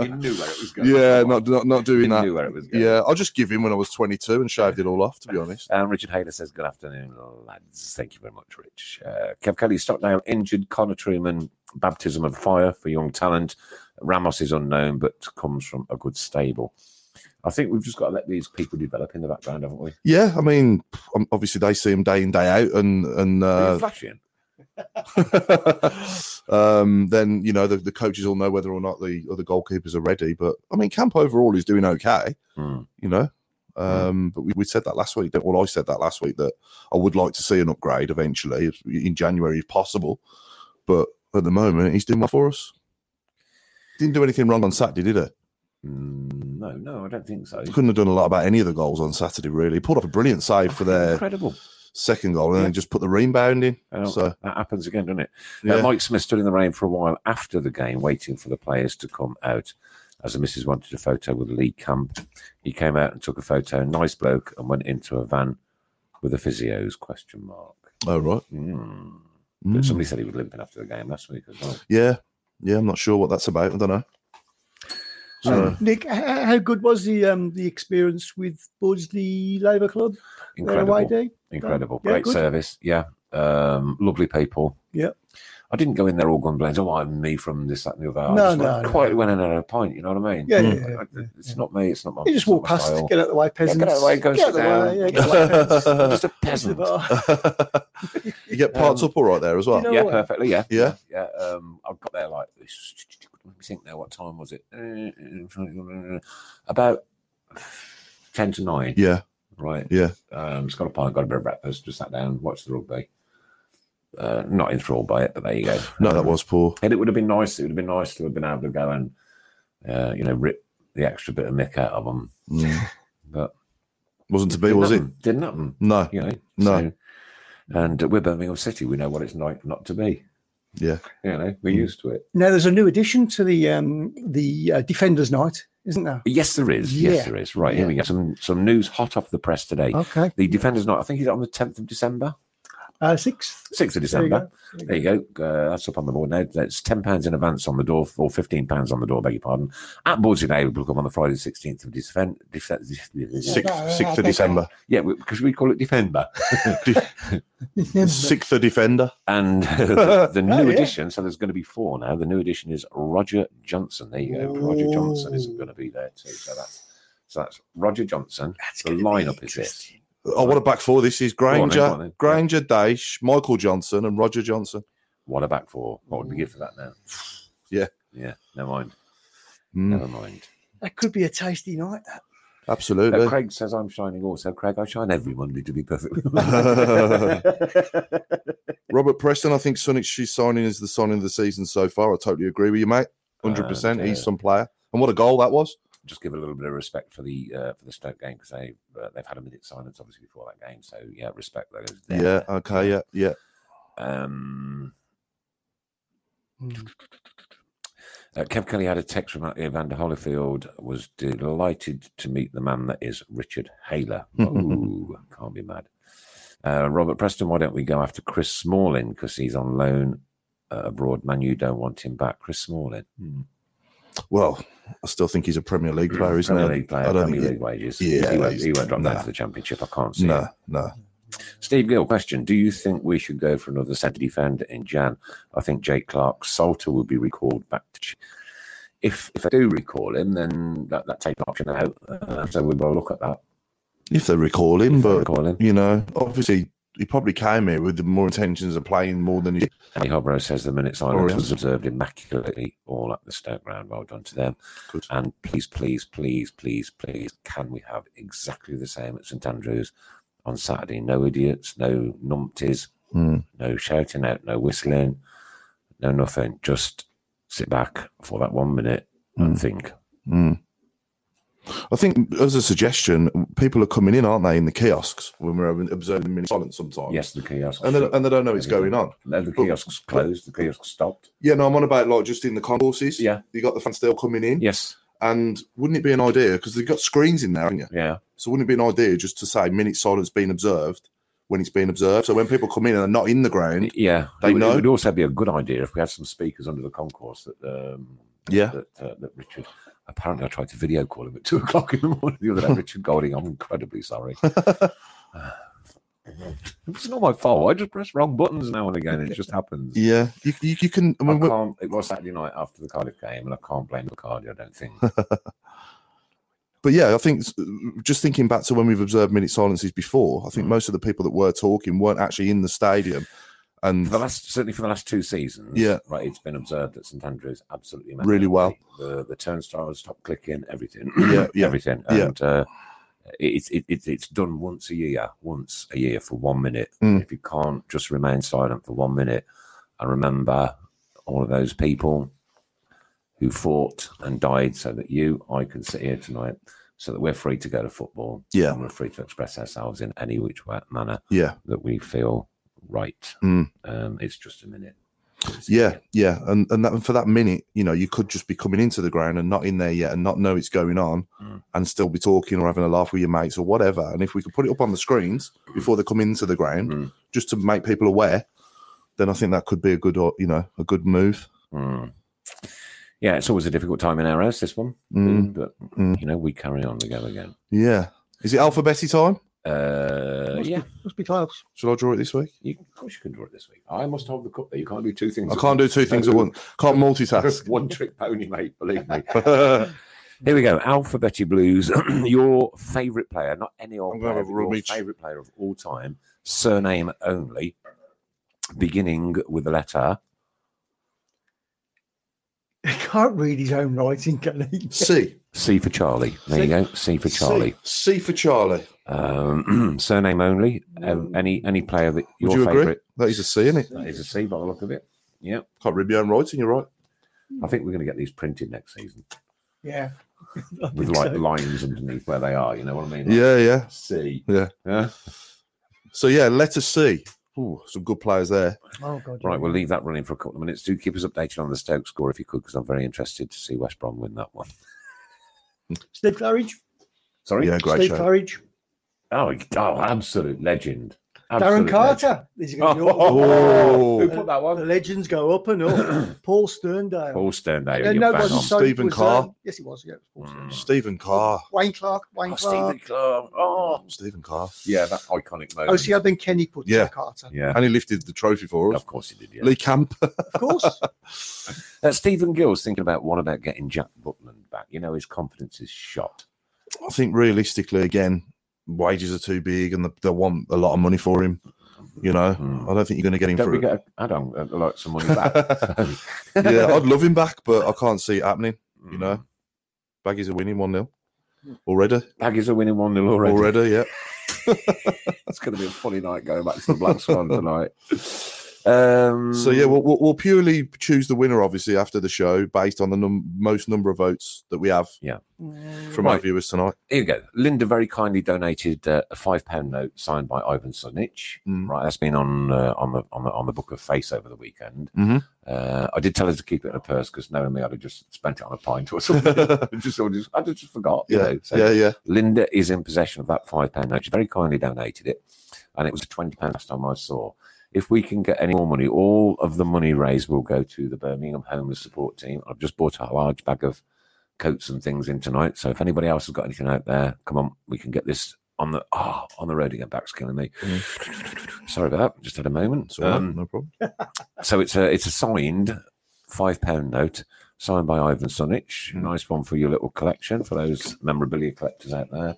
you knew where it was going.
yeah, not, not, not
you
doing
knew
that.
where it was going.
Yeah, I just give him when I was 22 and shaved it all off, to be honest.
Um, Richard Hayler says, Good afternoon, lads. Thank you very much, Rich. Uh, Kev Kelly, Stockdale injured. Connor Truman, baptism of fire for young talent. Ramos is unknown, but comes from a good stable. I think we've just got to let these people develop in the background, haven't we?
Yeah, I mean, um, obviously they see him day in, day out, and and
Are
uh,
you flashing?
um, then you know the, the coaches all know whether or not the other goalkeepers are ready. But I mean, camp overall is doing okay.
Hmm.
you know. Um, But we, we said that last week. That, well, I said that last week that I would like to see an upgrade eventually if, in January if possible. But at the moment, he's doing well for us. Didn't do anything wrong on Saturday, did he?
Mm, no, no, I don't think so.
He couldn't have done a lot about any of the goals on Saturday, really. He pulled off a brilliant save for their
Incredible.
second goal and then just put the rebound in.
Oh,
So,
that happens again, doesn't it?
yeah.
Uh, Mike Smith stood in the rain for a while after the game, waiting for the players to come out. As the missus wanted a photo with Lee Camp, he came out and took a photo. Nice bloke, and went into a van with the physios? Question mark.
oh, right.
Hmm. But
Mm.
Somebody said he was limping after the game last week as well.
Yeah. Yeah. I'm not sure what that's about. I don't know. So,
Um, Nick, h- how good was the um, the experience with Budsley Labour Club? uh, Their away
Incredible,
day?
incredible,
Yeah,
great
good.
service. Yeah, um, lovely people.
Yeah.
I didn't go in there all gun blades. Oh, I'm me from this, that, and the other. I
No,
just
no,
went,
no.
quite went in at a pint. You know what I mean?
Yeah, yeah,
I-
yeah,
I- it's not me. It's not my.
You just
it's not
walk
my
past,
style.
get out of the way,
Yeah,
peasants.
get out of the way, go
Get out
sit
of the
down.
way, yeah, get out of the way, peasants.
I'm just a
Get to the
peasant.
bar.
you get parts
Um,
up all right there as well.
you know-
yeah,
what?
perfectly. Yeah,
Yeah.
yeah. Um, I got there like this. Let me think now. What time was it? Uh, About ten to nine.
Yeah.
Right.
Yeah.
Um, just got a pint, got a bit of breakfast, just sat down, watched the rugby. Uh, not enthralled by it, but there you go.
No, that was poor.
And it would have been nice. It would have been nice to have been able to go and, uh, you know, rip the extra bit of mick out of them.
Mm.
But
Wasn't to be, was it?
didn't happen, Didn't happen.
No.
You know.
No.
so- and uh, we're Birmingham City. We know what it's like not to be.
Yeah.
You know, we're
Hmm.
Mm.
used to it.
Now there's a new addition to the um, the uh, Defenders Night, isn't there?
Yes, there is. Yes,
Yeah. Oh.
there is. Right here we go. Some some news hot off the press today.
Okay,
The defenders not. I think he's on the tenth of December,
uh, sixth.
sixth of
There you go.
December. There you go. Uh, that's up on the board now. That's ten pounds in advance on the door, or fifteen pounds on the door. Beg your pardon. At Boards in April, come on the Friday, sixteenth of December.
Sixth,
Yeah, yeah,
sixth of
yeah,
December.
Yeah, we- because we call it Defender.
Sixth of Defender.
And the, the new
Oh, yeah.
addition. So there's going to be four now. The new addition is Roger Johnson. There you go. Roger Johnson is going to be there too. So that's so that's Roger Johnson.
That's
The
gonna be
lineup is this.
interesting.
Oh, what a back four this is.
on then,
Granger,
go on then.
Granger, Daesh, Michael Johnson, and Roger Johnson.
What a back four. What would we give for that now?
Yeah.
Yeah. Never mind.
Mm,
Never mind.
That could be a tasty night. that.
absolutely.
Uh, Craig says I'm shining also. Craig, I shine every Monday to be perfectly
Robert Preston, I think Sonic she's signing is the signing of the season so far. I totally agree with you, mate.
Oh,
Hundred percent.
Okay.
He's some player. And what a goal that was.
Just give a little bit of respect for the uh, for the Stoke game because they uh, they've had a minute silence obviously before that game. So yeah, respect that is
Yeah.
there.
okay. Yeah. Yeah.
Um,
Mm.
uh, Kev Kelly had a text from Evander Holyfield. Was delighted to meet the man that is Richard Haler. Ooh, can't be mad. Uh, Robert Preston, why don't we go after Chris Smalling because he's on loan uh, abroad? Man, you don't want him back. Chris Smalling.
Hmm. Well, I still think he's a Premier League player, isn't
Mm, Premier
he?
League player,
I don't
Premier
think
League wages.
yeah,
he won't,
he's-
he won't drop down
nah.
to the championship. I can't
he,
see.
no,
it.
no.
Steve Gill, question: Do you think we should go for another centre defender in Jan? I think Jake Clark Salter will be recalled back to. Ch- If if they do recall him, then that that takes an option out. Uh, so we will look at that.
If they recall him, but
recall him.
you know, obviously he probably came here with the more intentions of playing more than he.
Andy Hobro says the minute silence
Sorry.
was observed immaculately all at the Stoke ground. Well done to them.
Good.
And please, please, please, please, please, can we have exactly the same at St Andrews on Saturday? No idiots, no numpties,
Hmm.
no shouting out, no whistling, no nothing. Just sit back for that one minute
Hmm.
and think.
Mm. I think, as a suggestion, people are coming in, aren't they, in the kiosks when we're observing the minute silence sometimes?
Yes, the kiosks.
And they, and they don't know it's going on.
No, the kiosks closed. The kiosks stopped.
Yeah, no, I'm on about like just in the concourses.
Yeah.
You got the fans still coming in.
Yes.
And wouldn't it be an idea? Because they've got screens in there, haven't you?
Yeah.
So wouldn't it be an idea just to say minute silence being observed when it's being observed? So when people come in and they're not in the ground,
Yeah,
They
it, would-
know.
It would also be a good idea if we had some speakers under the concourse that um,
Yeah.
that, uh, that Richard. Apparently, I tried to video call him at two o'clock in the morning the other day. Richard Golding, I'm incredibly sorry. it's not my fault. I just press wrong buttons now and again. It just happens.
yeah, you, you, you can. I
I
mean, we-
can't, it was Saturday night after the Cardiff game, and I can't blame the Cardiff. I don't think.
but yeah, I think s- just thinking back to when we've observed minute silences before, I
Mm.
think most of the people that were talking weren't actually in the stadium, and
for the last certainly for the last two seasons,
Yeah.
right. It's been observed that St Andrews absolutely
Really well.
The the turnstiles stop clicking, everything,
Yeah, yeah,
everything,
yeah.
and uh, it's it, it, it's done once a year, once a year for one minute.
Mm.
If you can't just remain silent for one minute, I remember all of those people who fought and died so that you, I can sit here tonight, so that we're free to go to football.
Yeah.
And we're free to express ourselves in any which wa- manner
Yeah.
that we feel right.
Mm.
Um, it's just a minute. It's a
Yeah,
minute.
yeah, and and, that, and for that minute, you know, you could just be coming into the ground and not in there yet, and not know it's going on,
Mm.
and still be talking or having a laugh with your mates or whatever. And if we could put it up on the screens before they come into the ground,
Mm.
just to make people aware, then I think that could be a good, or you know, a good move.
Mm. Yeah, it's always a difficult time in our house, this one.
Mm.
But,
Mm.
you know, we carry on, we go again.
Yeah, is it alphabeti time?
Uh,
Must
yeah,
Be, must be close.
Shall I draw it this week?
you, of course you can draw it this week. I must hold the cup there. You can't do two things.
I can't do two things at
Uh,
once. Can't multitask.
One trick pony, mate. Believe me. Here we go. Alphabeti Blues. your favourite player, not any old
I'm gonna
player,
have
but
a
your
rummage.
favourite player of all time, surname only, beginning with the letter.
He can't read his own writing, can he?
C.
C for Charlie. There you go. C for Charlie.
C, C for Charlie.
Um, surname only. Um, any any player that
Mm. Would
your
you agree?
favourite
That is a C, isn't it?
that is a C by the look of it. Yeah,
Can't read my own writing. You're right.
I think we're going to get these printed next season
Yeah. I
with
think
like
so.
lines underneath where they are. You know what I mean? Like
Yeah, yeah.
C.
Yeah.
Yeah.
So yeah, letter C. Ooh, some good players there.
Oh, God.
Right, we'll leave that running for a couple of minutes. Do keep us updated on the Stoke score if you could, because I'm very interested to see West Brom win that one.
Steve Claridge.
Sorry?
Yeah, great
Steve
show.
Claridge.
Oh, oh absolute legend.
Darren
Absolute
Carter. These are
legend.
gonna be awful.
Oh,
Oh.
who put that
The
one?
legends go up and up. Paul Sterndale.
Paul Sterndale.
No,
you're
no, it
bang
wasn't.
on.
Sorry, it
Stephen
was,
Carr.
um, yes, it was. Yeah, it was Paul
Mm.
Sterndale.
Stephen Carr.
Wayne Clark. Wayne
Oh,
Clark.
Stephen Clark. Oh,
Stephen Carr.
yeah, that iconic moment.
Oh, see, I think Kenny put
Yeah.
Jack Carter.
yeah,
And he lifted the trophy for us.
of course he did. Yeah.
Lee Camp.
Of course.
Uh, Stephen Gill's thinking about what about getting Jack Butland back? You know, his confidence is shot.
I think realistically, again, wages are too big and they want a lot of money for him. You know,
Hmm.
I don't think you're going to get him
Don't we
through.
get a, I don't uh, like some money back. Hmm.
yeah, I'd love him back, but I can't see it happening. You know,
Mm-hmm.
Baggies are winning 1 0 already.
Baggies are winning 1 0 already.
Already, yeah.
That's going to be a funny night going back to the Black Swan tonight. Um,
So yeah, we'll, we'll, we'll purely choose the winner, obviously, after the show, based on the num- most number of votes that we have
Mm.
from our
Right.
viewers tonight.
here we go. Linda very kindly donated uh, a five pound note signed by Ivan Sonich.
Mm.
Right, that's been on uh, on the on the on the book of face over the weekend.
Mhm.
Uh, I did tell her to keep it in a purse because knowing me, I'd have just spent it on a pint or something. I just, I just, I just forgot. You
Yeah,
know, so
yeah, yeah.
Linda is in possession of that five pound note. She very kindly donated it, and it was a twenty pound last time I saw. If we can get any more money, all of the money raised will go to the Birmingham homeless support team. I've just bought a large bag of coats and things in tonight. So if anybody else has got anything out there, come on, we can get this on the ah on the road again. Back's killing me. Sorry about that. Just had a moment.
It's all right,
Um,
no problem.
so it's a it's a signed five pound note signed by Ivan Sonich.
Mm.
Nice one for your little collection for those memorabilia collectors out there.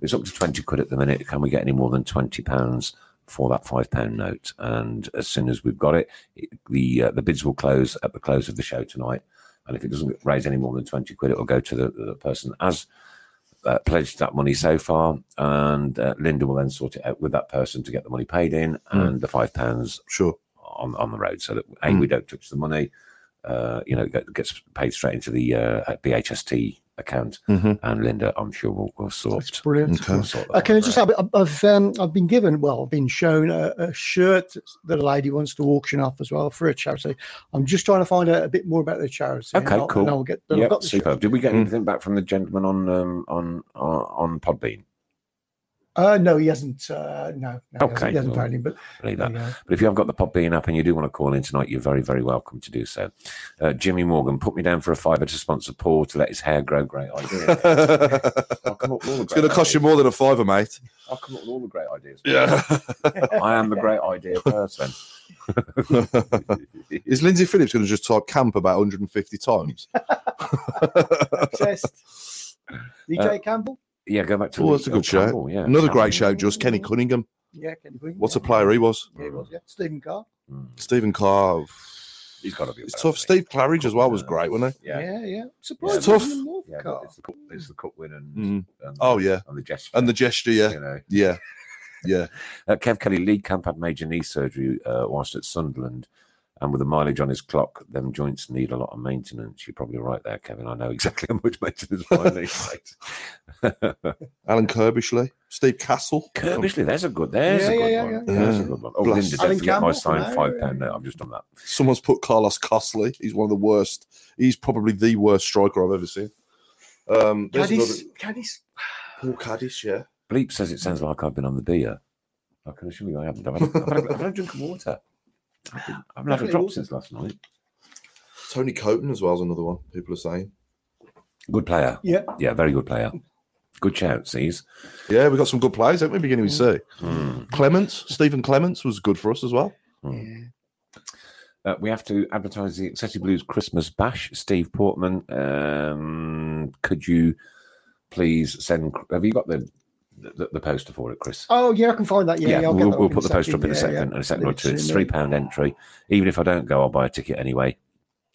It's up to twenty quid at the minute. Can we get any more than twenty pounds for that five pound note? And as soon as we've got it, it the uh, the bids will close at the close of the show tonight. And if it doesn't raise any more than twenty quid, it will go to the, the person as uh, pledged that money so far, and uh, Linda will then sort it out with that person to get the money paid in, and the five pounds
Sure.
on on the road so that a
Mm.
we don't touch the money uh you know get- gets paid straight into the uh bhst account
Mhm.
and linda i'm sure will will sort,
That's brilliant.
Okay.
will sort that
Uh, can I
one
just
out.
have, I've, um, I've been given, well, I've been shown a, a shirt that a lady wants to auction off as well for a charity. I'm just trying to find out a bit more about the charity. and
Okay,
I'll-
cool.
And I'll get, then I've
Yep,
got the shirt.
superb. Did we get
Mm.
anything back from the gentleman on um, on on on Podbean?
Uh, no, he hasn't. Uh, no, no, he
Okay,
hasn't, he hasn't
cool.
paid him, but
Leave
there
that.
you go.
But if you have got the Podbean app and you do want to call in tonight, you're very, very welcome to do so. Uh, Jimmy Morgan, put me down for a fiver to sponsor Paul to let his hair grow. Great idea. I'll come up with all the
it's going to
great
cost you
ideas.
more than a fiver, mate.
I'll come up with all the great ideas.
Yeah.
I am the great idea person.
Is Lindsay Phillips going to just type camp about 150 times?
obsessed.
Uh,
DJ Campbell?
Yeah, go back to.
Oh,
the-
that's a good show.
Campbell, yeah,
Another great
Campbell.
show, just Kenny Cunningham.
Yeah, Kenny Green.
What a
yeah.
player he was.
Yeah, he was, yeah. Stephen Carr.
Mm.
Stephen Carr.
He's got to be.
It's
better,
tough.
hasn't
Steve Claridge as well was great, wasn't
he?
Yeah,
Yeah.
yeah.
Yeah,
Surprised.
it's tough.
Yeah, but it's the cup, it's the cup win and,
he? Mm.
and
Oh, yeah.
and the gesture
And the gesture, yeah.
you know.
Yeah. Yeah.
Uh, Kev Kelly Lee Camp had major knee surgery uh, whilst at Sunderland, And with the mileage on his clock, them joints need a lot of maintenance. You're probably right there, Kevin. I know exactly how much maintenance mine needs.
Alan Kirbishley, Steve Castle.
Kirbishley, there's a good, there's
Yeah,
a
yeah,
good
yeah,
one.
yeah, yeah.
There's a good one. Oh,
Bless.
Linda,
Alan
don't forget my
Campbell,
signed
no,
five
yeah.
pound note. I've just done that.
Someone's put Carlos Costley. He's one of the worst. He's probably the worst striker I've ever seen. Um, there's
Caddies, Caddies.
another- Paul Caddis, yeah.
Bleep says it sounds like I've been on the beer. I can assure you I haven't. I've had, I've had, I've had a drink of water. I've been- I haven't had a drop since last night.
Tony Coton as well is another one. People are saying.
Good player.
Yeah.
Yeah, very good player. Good shout, Seas.
Yeah, we got some good players, haven't we? Beginning with C.
Hmm.
Clements, Stephen Clements was good for us as well.
Uh, we have to advertise the Excessive Blues Christmas Bash. Steve Portman, um, could you please send? Have you got the the, the poster for it, Chris?
Oh yeah, I can find that. Yeah, yeah, I'll get
we'll,
that
we'll
up in
put the
a
poster up in a
yeah,
second,
yeah.
in a second or
Leave it
two.
to
It's
me.
three pound entry. Even if I don't go, I'll buy a ticket anyway.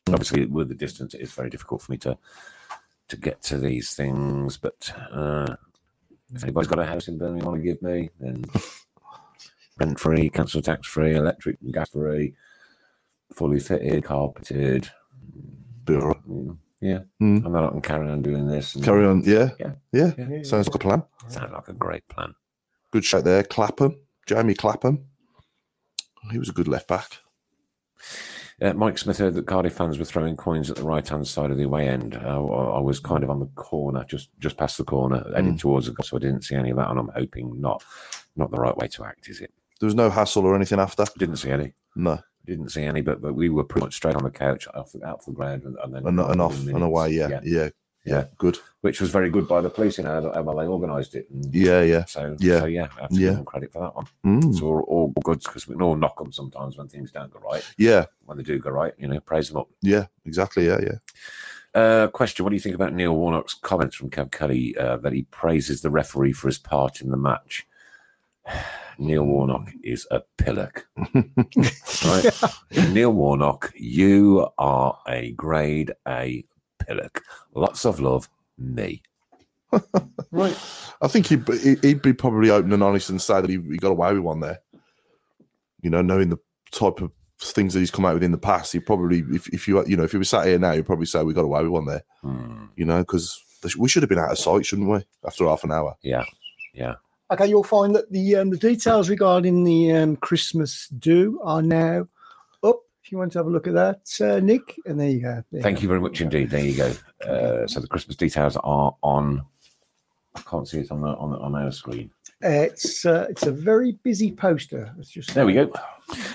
Hmm.
Obviously, with the distance, it is very difficult for me to to get to these things. But uh, if anybody's got a house in Birmingham, want to give me, then rent free, council tax free, electric and gas free, fully fitted, carpeted.
Be all right.
Mm, Yeah,
Hmm.
Mm.
and then I can carry on doing this. And
Carry on. Yeah.
Yeah.
Yeah.
Yeah.
Sounds like a plan.
Sound like a great plan.
Good shout there. Clapham, Jamie Clapham. He was a good left back.
Uh, Mike Smith heard that Cardiff fans were throwing coins at the right hand side of the away end. Uh, I I was kind of on the corner, just just past the corner,
Mm.
heading towards the goal, so I didn't see any of that, and I'm hoping not. Not the right way to act, is it?
There was no hassle or anything after.
Didn't see any.
No,
Didn't see any, but, but we were pretty much straight on the couch, off the, out for the ground, and, and then
and, and off
minutes.
and away. Yeah. Yeah. yeah,
Yeah.
Good.
which was very good by the police in how, how well they organised it. And
Yeah, yeah.
So
Yeah.
so yeah, I have to
Yeah.
give them credit for that one.
Mm.
It's all, all good because we can all knock them sometimes when things don't go right.
Yeah,
When they do go right, you know, praise them up.
yeah, exactly. Yeah, yeah.
Uh, question: What do you think about Neil Warnock's comments from Kev Kelly uh, that he praises the referee for his part in the match? Neil Warnock is a pillock, right? Neil Warnock, you are a grade A pillock. Lots of love, me.
Right. I think he'd, be- he- he'd be probably open and honest and say that he, he got away with one there. You know, knowing the type of things that he's come out with in the past, he probably, if, if you you know, if he was sat here now, he'd probably say we got away with one there.
Hmm,
You know, because we should have been out of sight, shouldn't we? After half an hour.
yeah,
Okay, you'll find that the um, the details regarding the um, Christmas do are now up. If you want to have a look at that, uh, Nick, and there you go. There
thank you very much indeed. There you go. Uh, so the Christmas details are on. I can't see it on the, on, the, on our screen.
go. Uh, it's uh, it's a very busy poster. It's just
There we go.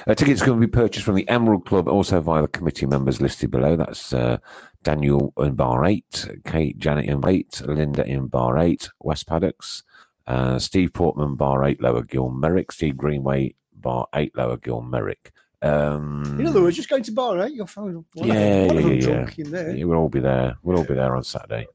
Uh, tickets can be purchased from the Emerald Club, also via the committee members listed below. That's uh, Daniel in bar eight, Kate Janet in bar eight, Linda in bar eight, West Paddocks, uh, Steve Portman bar eight, Lower Gilmerrick, Steve Greenway bar eight, Lower Gilmerrick. Um,
In other words, just going to bar, right? You'll find one of
Yeah,
them- one of
yeah,
them
yeah,
drunk in there.
yeah, we'll all be there. We'll all be there on Saturday.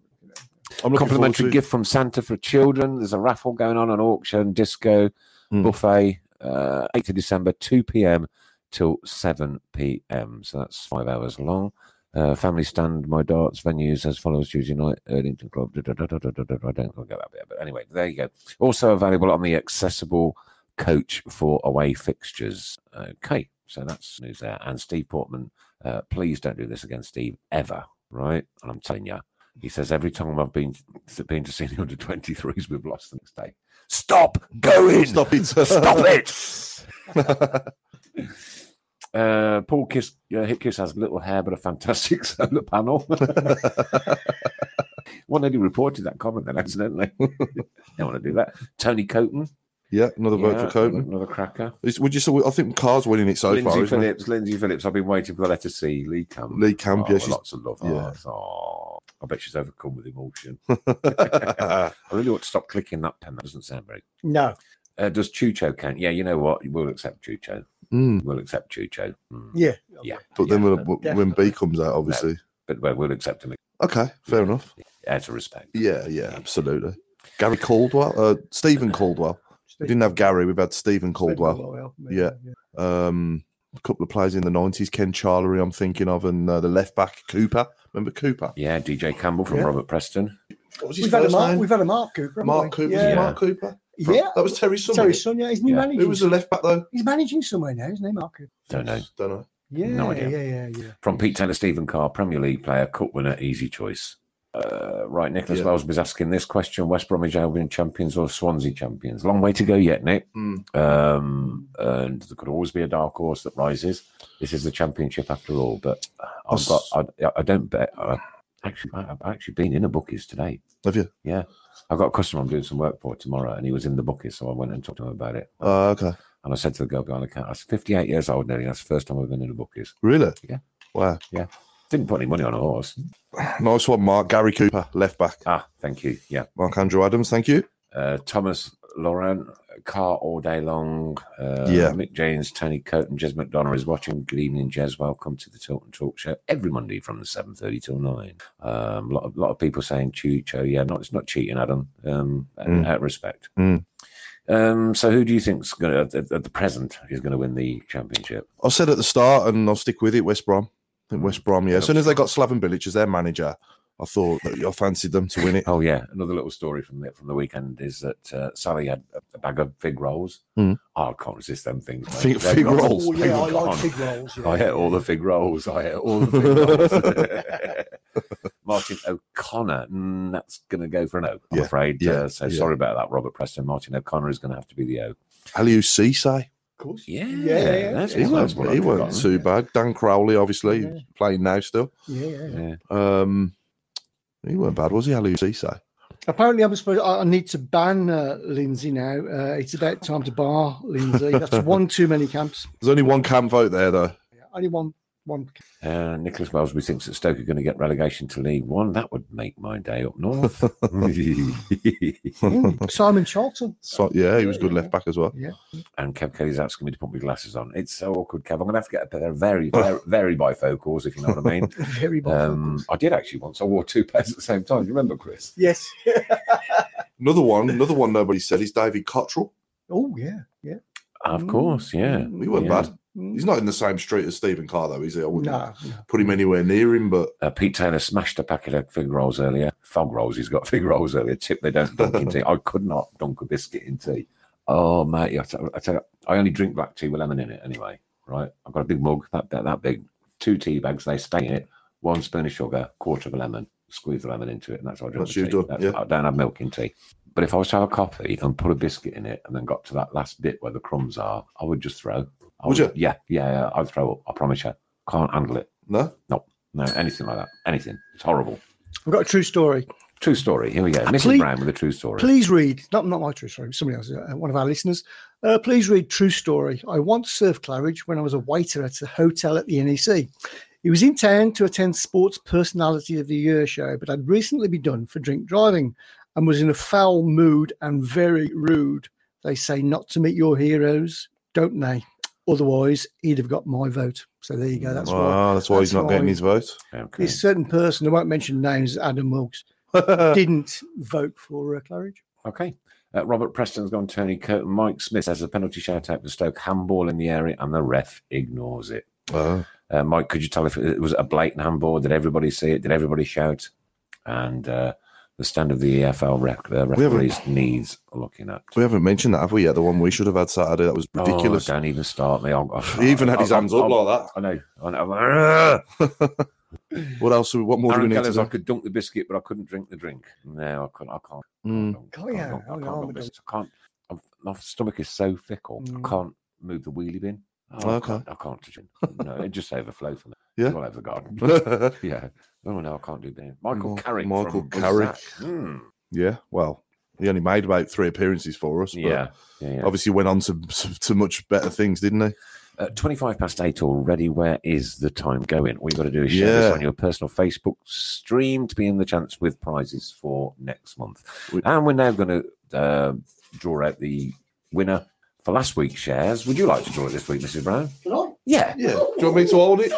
I'm looking
Complimentary
forward to it.
gift from Santa for children. There's a raffle going on, an auction, disco,
Mm.
buffet, uh, 8th of December, 2 p.m. till 7 p.m. So that's five hours long. Uh, family stand, my darts, venues as follows Tuesday night, Erdington Club. Da, da, da, da, da, da, da, da. I don't want to go that bit, but anyway, there you go. Also available on the accessible coach for away fixtures. Okay, so that's news there. And Steve Portman, uh, please don't do this again, Steve, ever, right? And I'm telling you, he says every time I've been been to see the under 23s, we've lost the next day. Stop going.
Stop it.
Stop it. Uh, Paul Kiss, uh, Hipkiss has little hair but a fantastic solar panel. one lady reported that comment then accidentally. Don't want to do that. Tony Coton.
yeah, another vote
Yeah,
for Coton.
Another cracker.
It's- Would you say? I think Carr's winning it so
Lindsay
far. isn't it?
Phillips. Lindsay Phillips. I've been waiting for the letter C. Lee Camp.
Lee Camp,
Oh,
yeah, she's
lots of love.
yeah.
Oh, oh, I bet she's overcome with emotion. I really ought to stop clicking that pen. That doesn't sound very.
No,
Uh, does Chucho count? Yeah, you know what? We'll accept Chucho.
Mm,
We'll accept Chucho. Mm.
yeah,
Yeah.
But then
yeah.
when, when B comes out, obviously.
But well, we'll accept him
Okay, fair enough.
out of respect.
Yeah, yeah, absolutely. Gary Caldwell, uh, Stephen Caldwell. We
Steve-
didn't have Gary, we've had Stephen
Steve
Caldwell. Yeah. Um, a couple of players in the 90s, Ken Charlery, I'm thinking of, and uh, the left back, Cooper. Remember Cooper?
Yeah, DJ Campbell from
Yeah.
Robert Preston.
What was his
We've had a
first
Mark.
name?
We've had a Mark Cooper. haven't
Mark
we?
Cooper.
Yeah,
Yeah.
Yeah.
Mark Cooper.
yeah.
That was Terry Summer.
Terry Son. Yeah, he's new
Yeah.
managing.
Who was the left back, though?
He's managing somewhere now, isn't he, Mark Cooper?
Don't know.
Don't know.
Yeah,
No idea.
yeah, yeah, yeah.
From Pete Taylor, Stephen Carr, Premier League player, cup winner, easy choice. Uh, right, Nicholas
Yeah.
Wellesby's asking this question: West Bromwich Albion champions or Swansea champions? Long way to go yet, Nick.
Hmm.
Um, and there could always be a dark horse that rises. This is the championship after all. But I've got,
Us-
I, I don't bet. I, actually, I- I've actually been in a bookies today.
Have you?
I've got a customer I'm doing some work for tomorrow, and he was in the bookies, so I went and talked to him about it.
Uh, okay.
And I said to the girl behind the counter, I said, 58 years old, Nelly. That's the first time I've been in a bookies.
Really?
Yeah.
Wow.
Didn't put any money on a horse.
Nice one, Mark. Gary Cooper, left back.
Ah, thank you. Yeah.
Mark Andrew Adams, thank you.
Uh, Thomas Laurent, car all day long. Uh,
Yeah.
Mick James, Tony Cote, and Jez McDonough is watching. Good evening, Jez. Welcome to the Tilton Talk Show every Monday from 7.30 till 9. A um, lot, of, lot of people saying cheat. Oh, yeah, not, it's not cheating, Adam, um,
Mm.
out of respect.
Mm.
Um, so who do you think's going to, at, at the present, is going to win the championship?
I said at the start, and I'll stick with it. West Brom, I
Mm.
think West Brom. Yeah, as soon as they got Slaven Bilic as their manager, I thought that I fancied them to win it.
Oh yeah, another little story from the from the weekend is that uh, Sally had a- a bag of fig rolls.
Mm.
Oh, I can't resist them things. mate.
Fig-
They're
fig
gone.
rolls.
Oh,
They
yeah, I
were
like
gone.
fig rolls. Yeah.
I ate all the fig rolls. I ate all the fig rolls. Martin O'Connor, mm, that's going to go for an O. I'm
Yeah,
afraid.
yeah,
uh, so
yeah.
sorry about that, Robert Preston. Martin O'Connor is going to have to be the O.
Aliou Cisse,
Of course.
Yeah,
yeah,
that's
he
one- that's
weren't,
one
he
I'd
weren't
forgotten.
too bad. Dan Crowley, obviously
Yeah.
playing now still.
Yeah, yeah. yeah.
Yeah.
Um, he weren't bad, was he? Aliou Cisse.
Apparently, I'm supposed. I I need to ban uh, Lindsay now. Uh, it's about time to bar Lindsay. That's one too many camps.
There's only one camp vote there though.
Yeah, only one. One.
Uh, Nicholas Wellesby thinks that Stoke are going to get relegation to League One. That would make my day up north.
Mm, Simon Charlton.
So yeah, he was good left back as well.
And Kev Kelly's asking me to put my glasses on. It's so awkward, Kev. I'm going to have to get a pair of very, very, very bifocals, if you know what I mean.
Very bad.
Um, I did actually once. I wore two pairs at the same time. Do you remember, Chris?
yes.
Another one, another one nobody said is David Cottrell.
Oh yeah. Mm, Yeah.
Mm.
Of course, yeah.
He weren't
Yeah.
bad. He's not in the same street as Stephen Carr though, is he? I wouldn't
No. no.
put him anywhere near him, but
Uh, Pete Taylor smashed a packet of fig rolls earlier. Fog rolls. He's got fig rolls earlier. Tip they don't dunk in tea. I could not dunk a biscuit in tea. Oh mate, I tell, I tell you, I only drink black tea with lemon in it anyway. Right, I've got a big mug that that, that big, two tea bags. They stay in it. One spoon of sugar, quarter of a lemon. Squeeze the lemon into it, and that's how I drink
That's
the
you
tea.
done,
That's-
yeah.
I don't have milk in tea. But if I was to have a coffee and put a biscuit in it, and then got to that last bit where the crumbs are, I would just throw. I
Would
Yeah, yeah, yeah. I'd throw up. I promise you. Can't handle it.
no.
No, anything like that. Anything. It's horrible.
I've got a true story.
True story. Here we go. Mrs.
Please-
Brown with a true story.
Please read, not not my true story, somebody else, uh, one of our listeners. Uh, please read True Story. I once served Claridge when I was a waiter at a hotel at the NEC. He was in town to attend Sports Personality of the Year show, but had recently been done for drink driving and was in a foul mood and very rude. They say not to meet your heroes, don't they? Otherwise, he'd have got my vote. So there you go. That's why
Ah, that's why he's
that's
not getting
why-
his vote.
Okay.
this certain person, I won't mention names, Adam Wilkes, didn't vote for uh, Claridge.
okay. Uh, Robert Preston's gone Tony Curtin. Mike Smith has a penalty shout out for Stoke. Handball in the area, and the ref ignores it.
Ah.
Uh, Mike, could you tell if it was a blatant handball? Did everybody see it? Did everybody shout? And uh, the stand of the EFL ref- uh,
We haven't-
referees needs looking at.
We haven't mentioned that, have we? Yet the one we should have had Saturday that was ridiculous.
Oh, don't even start me. I'll, I'll-
he even had his
I'll-
hands up
I'll-
like
I know. I know.
that. what else? What more
Aaron
do we need?
Keller's,
to
I
do?
could dunk the biscuit, but I couldn't drink the drink. No, I couldn't. I can't.
Mm.
I
Oh,
can't
yeah.
dunk- I
Oh,
can't
yeah, I
dunk
would
biscuits. I can't. I'm, my stomach is so fickle.
Mm.
I can't move the wheelie bin. Oh,
Okay.
I can't. I can't touch it. No, it just overflow for me.
Yeah.
All over the garden.
Hmm.
yeah. Oh no, I can't do that. Michael
Mar-
Carrick.
Michael
from Buzzsack.
Carrick.
Hmm.
yeah. Well, he only made about three appearances for us. But
Yeah. Yeah. yeah.
Obviously, went on to, to much better things, didn't he?
Uh, 25 past eight already. Where is the time going? All you've got to do is share
Yeah.
this on your personal Facebook stream to be in the chance with prizes for next month.
We-
and we're now going to uh, draw out the winner for last week's shares. Would you like to draw it this week, Mrs. Brown? Yeah.
Yeah. Do you want me to hold it?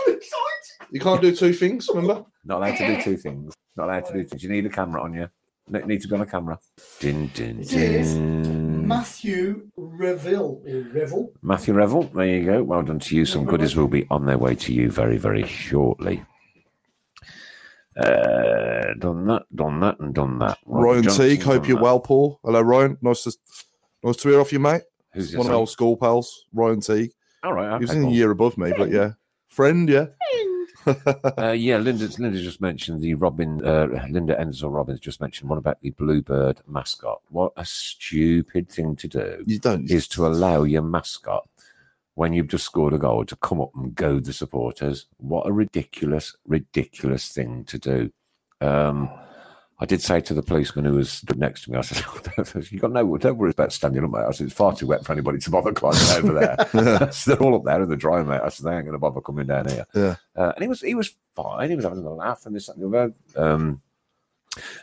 You can't do two things, remember?
Not allowed to do two things. Not allowed to do things. You need a camera on you. Ne- Need to be on a camera. Din, din,
is
din.
Matthew Revel or Revel.
Matthew Revel, there you go. Well done to you. Some goodies will be on their way to you very, very shortly. Uh, done that, done that, and done that. Robert
Ryan
Johnson,
Teague, hope
done
you're
that.
well, Paul. Hello, Ryan. Nice to nice to hear off you, mate.
Who's
One
this?
of my old school pals, Ryan Teague.
All right,
He was
okay,
in a
cool.
year above me, but yeah. Friend, yeah.
Uh, yeah, Linda's, Linda just mentioned the Robin. Uh, Linda Enzel Robbins just mentioned one about the Bluebird mascot. What a stupid thing to do
You don't.
is to allow your mascot, when you've just scored a goal, to come up and goad the supporters. What a ridiculous, ridiculous thing to do. Um, I did say to the policeman who was stood next to me, I said, "You got no, don't worry about standing up, mate." I said, "It's far too wet for anybody to bother climbing over there." I said, They're all up there in the dry, mate. I said, "They ain't going to bother coming down here."
Yeah.
Uh, and he was he was fine. He was having a laugh and this and the other. Um,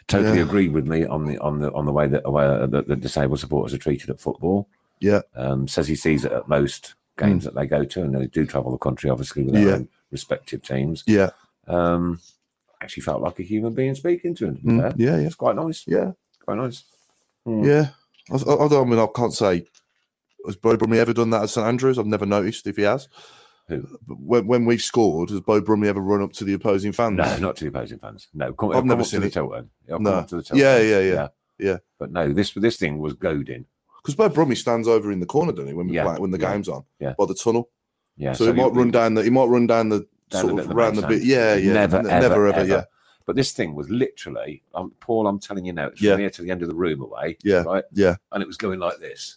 totally
Yeah.
agreed with me on the on the on the way that uh, that the disabled supporters are treated at football.
Yeah.
Um, says he sees it at most games that they go to, and they do travel the country, obviously, with their
Hmm. Yeah.
own respective teams.
Yeah.
Um, actually, felt like a human being speaking to him. to be
Mm,
fair.
yeah, yeah.
It's quite nice.
Yeah.
Quite nice.
Yeah. I, I, I don't I mean, I can't say. Has Bo Brumley ever done that at St Andrews? I've never noticed if he has.
Who?
But when, when we've scored, has Bo Brumley ever run up to the opposing fans?
No, not to the opposing fans. No, come,
Hmm. I've
I've
never
never
seen
to the
it.
Tilton. It'll come
No.
up to the Tilton.
Yeah, yeah, yeah, yeah.
But no, this this thing was goading.
Because Bo Brumley stands over in the corner, doesn't he? When we
Yeah.
play, when the
Yeah.
game's on,
Yeah.
by the tunnel.
Yeah,
so, he might
you-
run down the. He might run down the
Down the
sort
bit
of
that
round the
makes
bit.
sense.
Yeah, yeah.
Never,
Ne-
ever,
never, ever, Yeah,
But this thing was literally, um, Paul, I'm telling you now, it's
Yeah.
from here to the end of the room away.
Yeah.
Right?
yeah.
And it was going like this,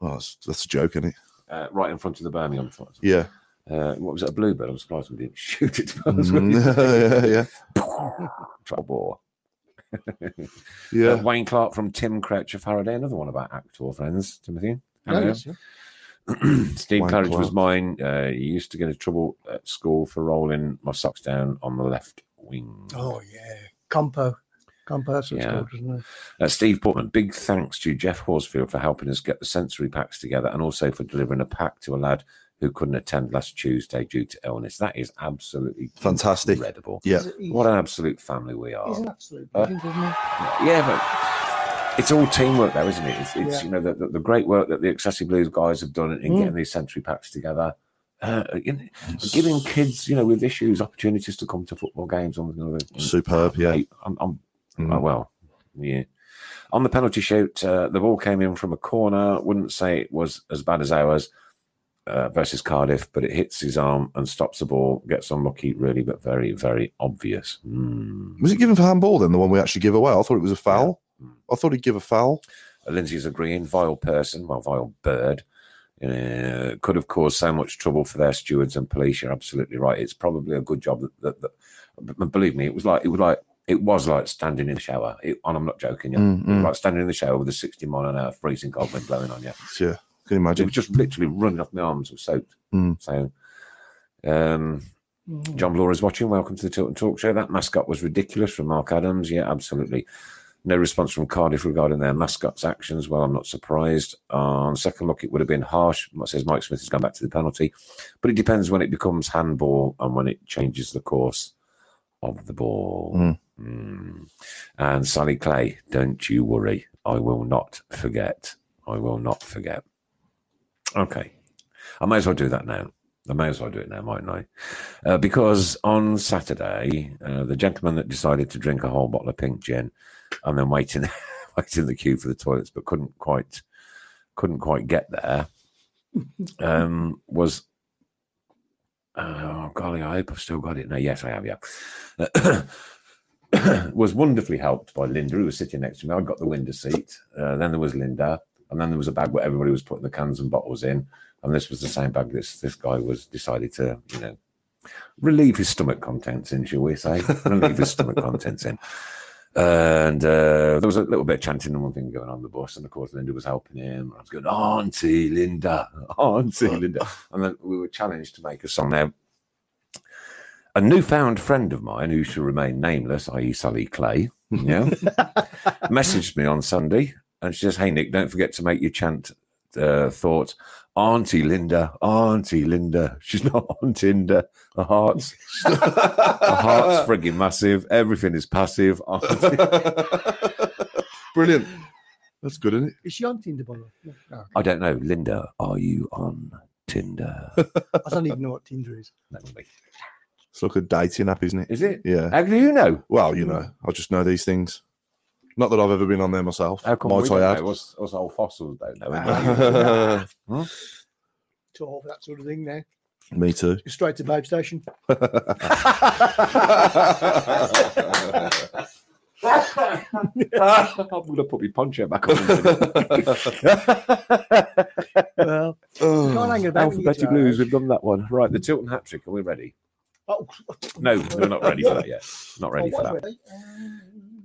Well, Oh, that's, that's a joke, isn't it?
uh, right in front of the Birmingham. front.
Yeah.
Uh, what was it, a bluebird? I'm surprised we didn't shoot it.
Mm. yeah, yeah,
Trouble. Uh,
yeah.
Wayne Clark from Tim Croucher Faraday, another one of our actor friends, Timothy. Hello.
Yes, yeah.
Steve
Oh, Wayne
Claridge was
Clark.
mine. Uh, he used to get into trouble at school for rolling my socks down on the left wing.
Oh yeah, Compo, Compo. That's what
Yeah.
it's called, isn't it?
Uh, Steve Portman, big thanks to Jeff Horsfield for helping us get the sensory packs together and also for delivering a pack to a lad who couldn't attend last Tuesday due to illness. That is absolutely
Fantastic.
incredible.
Yeah.
He's a- he's-
What an absolute family we are.
He's an absolute
Uh,
legend, isn't he?
Yeah, but it's all teamwork, though, isn't it? It's, it's you know the, the, the great work that the Excessive Blues guys have done in
Mm.
getting these century packs together, uh, in- giving kids you know with issues opportunities to come to football games. On another.
Superb. Yeah.
I'm, I'm
Mm.
oh, well, yeah. On the penalty shoot, uh, the ball came in from a corner. Wouldn't say it was as bad as ours uh, versus Cardiff, but it hits his arm and stops the ball. Gets unlucky, really, but very, very obvious. Mm.
Was it given for handball then? The one we actually give away? I thought it was a foul.
Yeah. Hmm.
I thought he'd give a foul.
Lindsay's agreeing, vile person, well, vile bird, uh, could have caused so much trouble for their stewards and police. You're absolutely right. It's probably a good job that, that, that but believe me, it was like, it was like, it was like standing in the shower. It, and I'm not joking. Yeah.
Mm,
It was
mm.
Like standing in the shower with a 60 mile an hour freezing cold wind blowing on you.
Yeah. Can
It
you imagine?
was just literally running off my arms was soaked.
Mm.
So, um,
Mm.
John Laura's watching. Welcome to the Tilton Talk Show. That mascot was ridiculous from Mark Adams. Yeah, absolutely. No response from Cardiff regarding their mascot's actions. Well, I'm not surprised. On second look, it would have been harsh. Says Mike Smith has gone back to the penalty, but it depends when it becomes handball and when it changes the course of the ball.
Mm.
Mm. And Sally Clay, don't you worry. I will not forget. I will not forget. Okay. I may as well do that now. I may as well do it now, mightn't I? Uh, because on Saturday, uh, the gentleman that decided to drink a whole bottle of pink gin and then wait in, wait in the queue for the toilets, but couldn't quite couldn't quite get there, um, was oh golly, I hope I've still got it. No, yes, I have. Yeah, was wonderfully helped by Linda, who was sitting next to me. I got the window seat. Uh, then there was Linda, and then there was a bag where everybody was putting the cans and bottles in. And this was the same bag this this guy was decided to, you know, relieve his stomach contents in, shall we say? relieve his stomach contents in. And uh, there was a little bit of chanting and one thing going on on the bus, and of course Linda was helping him. I was going, Auntie Linda, Auntie Linda, and then we were challenged to make a song. Now, a newfound friend of mine who shall remain nameless, i.e., Sally Clay, yeah, messaged me on Sunday, and she says, "Hey Nick, don't forget to make your chant uh, thought, Auntie Linda, Auntie Linda. She's not on Tinder. Her heart's her heart's frigging massive. Everything is passive. Auntie
Brilliant. That's good, isn't it?
Is she on Tinder by the way? No, no.
I don't know, Linda. Are you on Tinder?
I don't even know what Tinder is.
That would be-
It's like a dating app, isn't it?
Is it?
Yeah.
How do you know?
Well, you know, I just know these things. Not that I've ever been on there myself.
How come
Might
we
I
don't
add?
know? Us, us old fossils don't know.
Ah.
Huh?
Talk that sort of thing now.
Me too.
Straight to Babe Station.
I'm going to put my poncho back on. in a minute.
Well, you can't hang about with you,
Alphabetic
Joe.
Blues, we've done that one. Right, the Tilton hat trick. Are we ready?
Oh,
No, we're not ready for that yet. Not ready for
oh,
that.
wait, wait.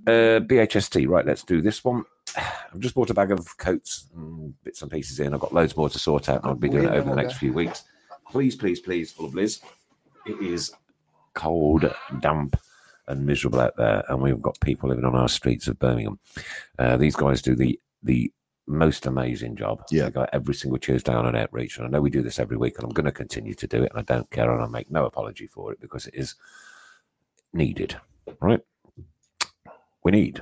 Uh, BHST, right, let's do this one. I've just bought a bag of coats and bits and pieces in. I've got loads more to sort out, and I'll be doing it over the next few weeks. Please, please, please, lovelies. It is cold, damp, and miserable out there, and we've got people living on our streets of Birmingham. Uh, these guys do the the most amazing job.
Yeah.
They go every single Tuesday on an outreach, and I know we do this every week, and I'm going to continue to do it, and I don't care, and I make no apology for it because it is needed, right? We need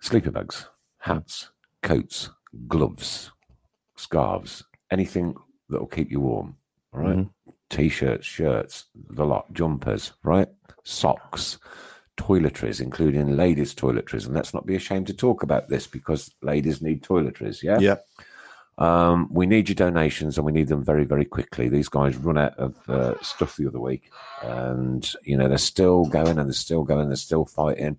sleeping bags, hats, coats, gloves, scarves, anything that will keep you warm. All right? T-shirts, shirts, the lot, jumpers, right? Socks, toiletries, including ladies' toiletries, and let's not be ashamed to talk about this because ladies need toiletries. Yeah.
Yeah.
Um, we need your donations, and we need them very, very quickly. These guys run out of uh, stuff the other week, and you know they're still going, and they're still going, they're still fighting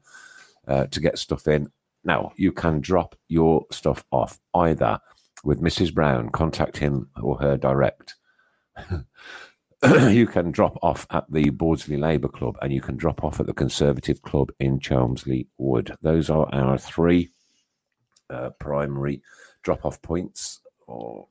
uh, to get stuff in. Now you can drop your stuff off either with Mrs. Brown. Contact him or her direct. you can drop off at the Bordsley Labour Club, and you can drop off at the Conservative Club in Chelmsley Wood. Those are our three uh, primary drop-off points. Or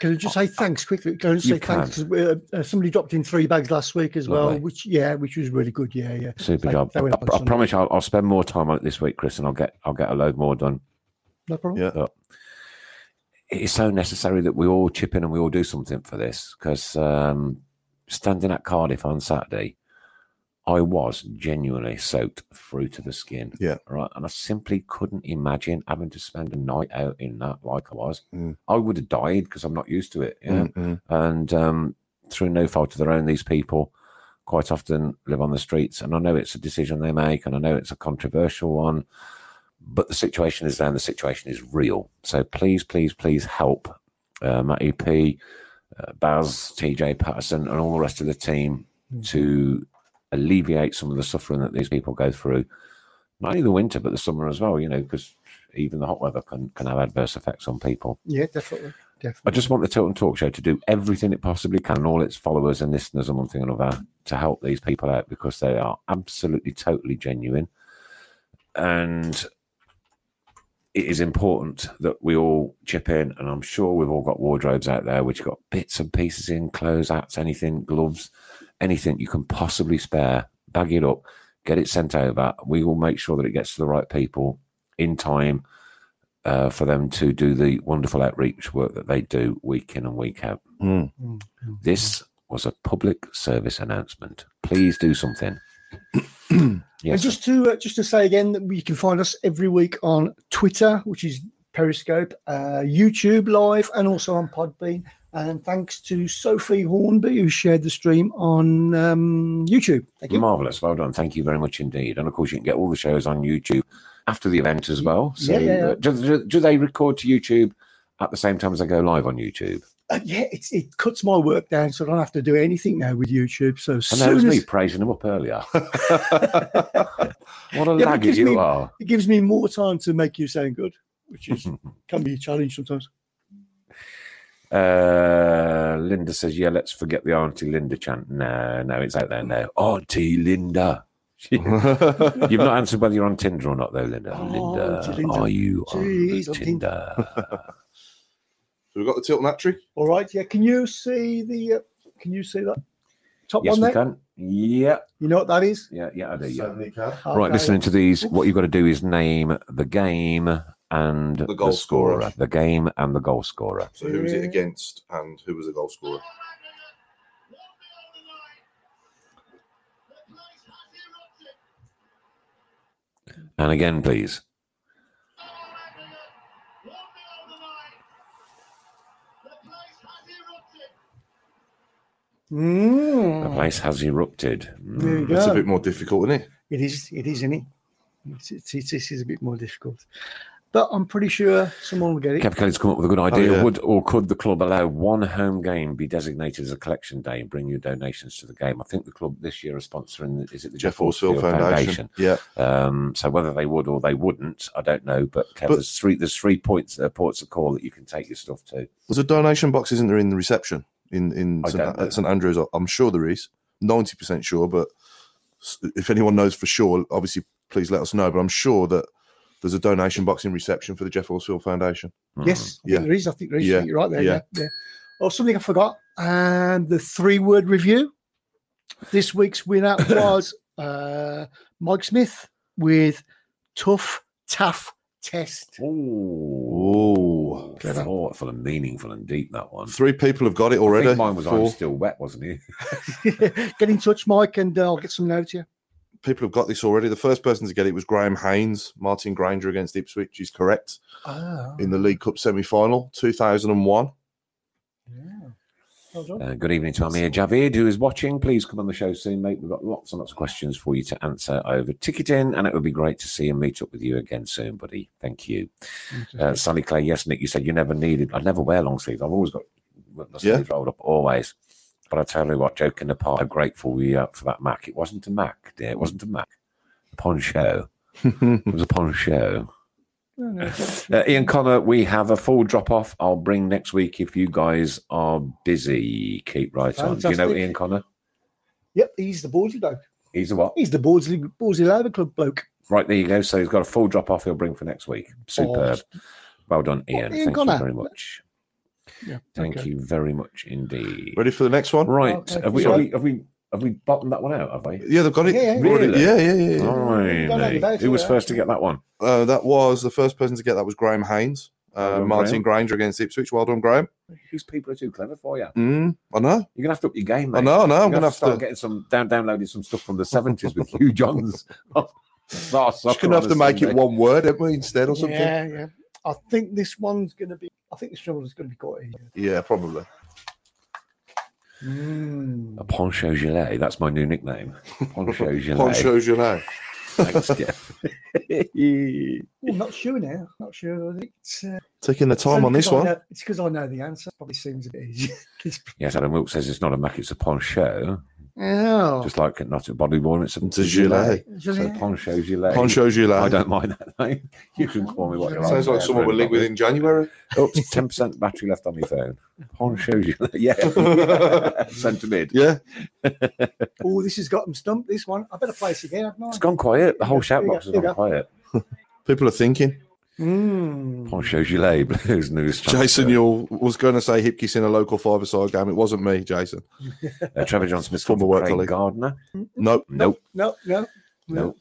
Can I just say thanks quickly? Can I just
You
say thanks?
can.
'cause we- uh, uh, somebody dropped in three bags last week as well,
Lovely.
which yeah, which was really good. Yeah, yeah.
Super
Like,
job. I,
that went up on
I
Sunday.
promise I'll, I'll spend more time on it this week, Chris, and I'll get I'll get a load more done.
No problem.
Yeah.
It is so necessary that we all chip in and we all do something for this because um, standing at Cardiff on Saturday, I was genuinely soaked through to the skin.
Yeah.
Right. And I simply couldn't imagine having to spend a night out in that like I was.
Mm.
I would have died because I'm not used to it. Yeah.
Mm,
and um, through no fault of their own, these people quite often live on the streets. And I know it's a decision they make, and I know it's a controversial one, but the situation is there, and the situation is real. So please, please, please help uh, Matty P, uh, Baz, TJ Patterson, and all the rest of the team to alleviate some of the suffering that these people go through. Not only the winter, but the summer as well, you know, because even the hot weather can, can have adverse effects on people.
Yeah, definitely.
I
Definitely.
just want the Tilton Talk Show to do everything it possibly can, all its followers and listeners and one thing and another, to help these people out because they are absolutely, totally genuine. And it is important that we all chip in. And I'm sure we've all got wardrobes out there which got bits and pieces in, clothes, hats, anything, gloves, anything you can possibly spare. Bag it up, get it sent over. We will make sure that it gets to the right people in time uh, for them to do the wonderful outreach work that they do week in and week out.
mm.
This was a public service announcement. Please do something.
And
yes,
just to uh, just to say again that you can find us every week on Twitter, which is Periscope, uh, YouTube Live, and also on Podbean. And thanks to Sophie Hornby who shared the stream on um, YouTube. Thank you.
marvelous. Well done. Thank you very much indeed. And of course, you can get all the shows on YouTube after the event as well. So,
Yeah, yeah, yeah.
uh, do, do- do they record to YouTube at the same time as they go live on YouTube?
Uh, yeah, it's, it cuts my work down, so I don't have to do anything now with YouTube. So
And that was
soon
me
as
praising them up earlier. what a
Yeah,
laggard
because
you
we-
are.
it gives me more time to make you sound good, which is can be a challenge sometimes.
Uh, Linda says, "Yeah, let's forget the Auntie Linda chant. No, no, it's out there now. Auntie Linda.
mm.
You've not answered whether you're on Tinder or not, though, Linda. Linda,
Oh, Auntie Linda.
are you
Jeez,
on
on
Tinder?
So we've got the Tilton hat trick.
All right, yeah. Can you see the? Uh, can you see that top
yes,
one
we
there?
can. Yeah,
You know what that is?
yeah, yeah. I do. Yeah.
Certainly can.
Right,
Okay.
listening to these, what you've got to do is name the game and the
goal scorer.
The game and the goal scorer.
So who was it against, and who was the goal scorer?
And again, please. The
Mm.
place has erupted. Mm.
There you
That's a
go.
bit more difficult, isn't it?
It is. It is, isn't it? It's, it's, it's, this is a bit more difficult. but I'm pretty sure someone will get it.
Capicelli's come up with a good idea.
Oh, yeah.
Would or could the club allow one home game be designated as a collection day and bring your donations to the game? I think the club this year is sponsoring, is it the
Jeff Horsfield Foundation. Yeah,
Um, so whether they would or they wouldn't, I don't know. But, Kev,
But-
there's three there's three points uh, ports of call that you can take your stuff to.
there's a donation box, isn't there, in the reception in in
I
St.
don't know.
at St Andrews? I'm sure there is. Ninety percent sure, but s- if anyone knows for sure, obviously please let us know. But I'm sure that there's a donation box in reception for the Jeff Horsfield Foundation.
Mm.
Yes, I
Yeah.
think there is. I think there is. I
Yeah.
think you're right there. Yeah.
Yeah.
yeah. Oh, something I forgot. And the three word review. This week's winner was uh, Mike Smith with Tough Tough Test.
Oh,
Clever.
thoughtful and meaningful and deep that one.
Three people have got it
Um, I
already.
think mine was I'm
Four
still wet, wasn't it?
get in touch, Mike, and uh, I'll get some notes here.
people have got this already. The first person to get it was Graham Haynes, Martin Granger against Ipswich is correct
Oh,
in the League Cup semi-final, 2001.
yeah. Well done.
Uh, good evening to Amir Javid, who is watching. Please come on the show soon, mate. We've got lots and lots of questions for you to answer over ticketing, and it would be great to see and meet up with you again soon, buddy. Thank you. Uh, Sally Clay, yes, Nick, you said you never needed, I never wear long sleeves. I've always got my
Yeah.
sleeves rolled up, always. But I tell you what, joking apart, I'm grateful we uh, for that Mac. It wasn't a Mac, dear. It wasn't a Mac. Poncho. it was a poncho.
No, Oh, no,
Uh, Ian Connor, we have a full drop off. I'll bring next week if you guys are busy. Keep right on. Do you know
Fantastic.
Ian Connor?
Yep, he's the Borsley bloke.
He's a what?
He's the Borsley, Borsley Labour Club bloke.
Right, there you go. So he's got a full drop off he'll bring for next week. Superb. Well done, Ian.
Ian
Thank
Connor.
you very much.
Yeah,
Thank
okay.
you very much indeed.
Ready for the next one?
Right.
Okay.
Have, we,
Sorry.
have we have we have we bottomed that one out, have we?
Yeah, they've got it.
Yeah, yeah.
Already.
Really?
yeah, yeah, yeah. yeah.
Blimey.
Don't know the vote
Who was
for that.
first to get that one?
Uh, that was the first person to get that was Graham Haynes.
Well
Uh,
done,
Martin Granger against Ipswich. Well done, Graham.
These people are too clever for you.
Mm, I know.
You're gonna have to up your game, mate.
I know. I know.
You're
I'm going to have
start
to.
getting some down downloading some stuff from the seventies with Hugh Oh, Johns. Last
Just going to have to make it one word, haven't we, instead or something? Yeah,
Yeah, yeah. I think this one's going to be. I think this one's going to be quite easy.
probably.
Mm.
A poncho gilet. That's my new nickname. Poncho gilet.
Poncho Gillet.
Thanks, Jeff.
Ooh, not sure now. Not sure. I think it's, uh,
Taking the time on this
because I
one.
know- it's because I know the answer. Probably seems a bit easy. It's-
yes, Adam Wilkes says it's not a Mac, it's a poncho.
oh,
Just like not a bodyboard, it's a,
It's a gilet.
So poncho gilet.
Poncho
I
Gillet.
don't mind that name. You can call me what you like.
Sounds like someone we'll link with in January.
Oops, ten percent battery left on my phone. Poncho gilet. Yeah. Sent to mid.
Yeah.
Oh, this has got them stumped. This one. I better play this again. haven't
It's
I?
gone quiet. The whole shout
Here you go,
box has
here you
gone
go.
quiet.
People are thinking.
Mm.
Poncho gilet. Blues news.
Jason
transfer.
Yule was going to say Hipkiss in a local five-a-side game. It wasn't me, Jason.
Uh, Trevor John Smith.
Former work
Craig
colleague.
Gardner.
Nope.
Nope.
No, no,
Nope.
no,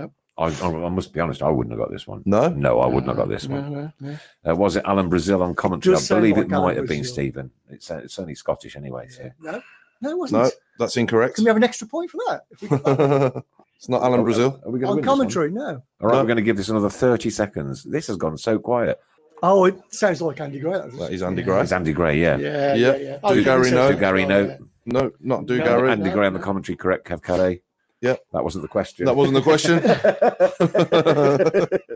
no,
I, I, I must be honest. I wouldn't have got this one.
No?
No, I wouldn't have got this one.
no, no.
Uh, was it Alan Brazil on commentary?
Just
I
sound
believe
like
it
Alan
might have been
Brazil.
Stephen. It's uh, it's only Scottish anyway. So.
no, no, it wasn't.
No, that's incorrect.
Can we have an extra point for that? If we got that?
it's not Alan Brazil.
Are we going to
on commentary, no.
All right,
No.
we're going to give this another thirty seconds. This has gone so quiet.
Oh, it sounds like Andy Gray. doesn't
That
it?
is Andy
Yeah.
Gray.
It's Andy Gray. Yeah.
Yeah,
Yeah.
yeah, yeah. Oh, yeah,
Gary
it
No.
sounds
Do Gary
like
no.
that,
No, not
No,
Dugarry.
Gary.
Andy Gray on the commentary, correct, Kev Carey?
Yeah.
That wasn't the question.
That wasn't the question.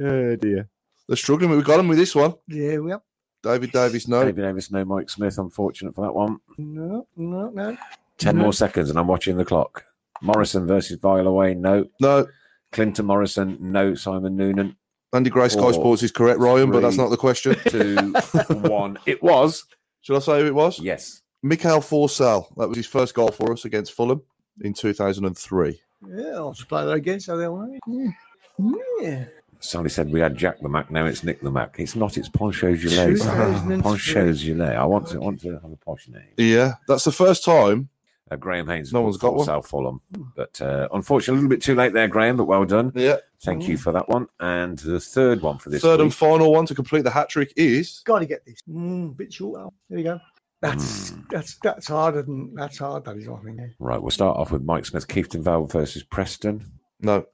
oh, dear.
They're struggling. but We got him with this one.
yeah. Yeah, we are.
David Davis, no.
David Davis, no Mike Smith. Unfortunate for that one.
No, no, no.
10
No.
more seconds, and I'm watching the clock. Morrison versus Viola Way, no.
No.
Clinton Morrison, no. Simon Noonan,
Andy Gray, Sky
Four,
Sports is correct, Ryan, but that's
three.
not the question.
two, one. It was.
Should I say who it was?
Yes.
Mikhail Forsell. That was his first goal for us against Fulham in 2003.
Yeah, I'll just play that again so they'll know. Yeah. Yeah.
Sally said we had Jack the Mac, now it's Nick the Mac. It's not, it's Poncho Gillet.
2003.
Poncho Gillet. I want to, want to have a posh name.
Yeah, that's the first time.
Uh, Graham Haynes,
No one's got
for
one.
South Fulham. But uh, unfortunately, a little bit too late there, Graham, but well done.
Yeah.
Thank you for that one. And the third one for this
Mm. Third and
week.
final one to complete the hat trick is
Got to get this. Mm, bit short. Al. There you go. That's
Mm.
that's that's harder than that's hard. That is what I think.
Right, we'll start off with Mike Smith, Keefton Vale versus Preston.
no.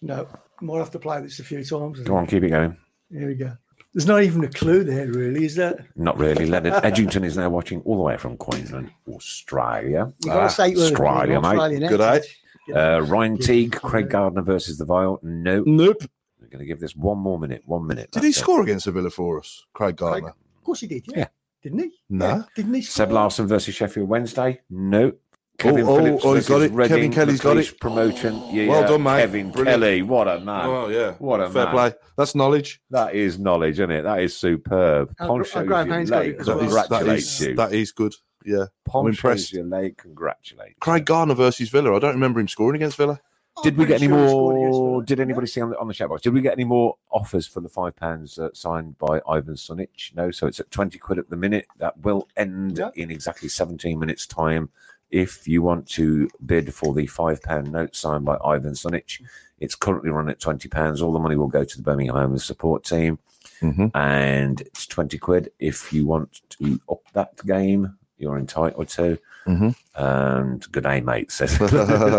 No, might have to play this a few times.
Go on, keep it going.
Here we go. There's not even a clue there, really, is there?
Not really. Leonard Edgington is now watching all the way from Queensland, Australia. Ah,
You got to say it with an
Australia, mate.
Australian
Good
accent.
eye.
Yeah.
Uh, Ryan Teague, Craig Gardner versus the Vile. No.
Nope.
I'm going to give this one more minute. One minute.
Mm. Did he
That's it.
score against Sevilla for us, Craig Gardner?
Craig- Of course he did. Yeah.
Yeah.
Didn't he?
No.
Yeah. Didn't he?
Seb
score?
Larson versus Sheffield Wednesday. No. Kevin
oh,
Phillips
oh, he's
versus
got it. Kevin
Reading,
Kelly's
the
got
police
it. Oh,
Promotion. Yeah,
Well done, mate.
Kevin
Brilliant.
Kelly. What a man.
Oh yeah,
What a
fair
man.
play. That's knowledge.
That is knowledge, isn't it? That is superb.
Our-
Poncho's
our Graham
your
Haynes got
leg.
it as well.
That is, that, is,
Congratulates you.
that is good. Yeah, I'm
Poncho's
impressed.
your leg. Congratulates.
Craig Garner versus Villa. I don't remember him scoring against Villa.
I'm
Did we
pretty
get any
sure he scored against
more?
Villa.
Did anybody see on the, on the chat box? Did we get any more offers for the five pounds uh, signed by Ivan Sonic? No, so it's at twenty quid at the minute. That will end
Yeah.
in exactly seventeen minutes' time. If you want to bid for the five pound note signed by Ivan Sonic, it's currently run at twenty pounds. All the money will go to the Birmingham Homeless Support Team,
Mm-hmm.
and it's twenty quid. If you want to up that game, you're entitled to.
Mhm.
And good day, mate. Says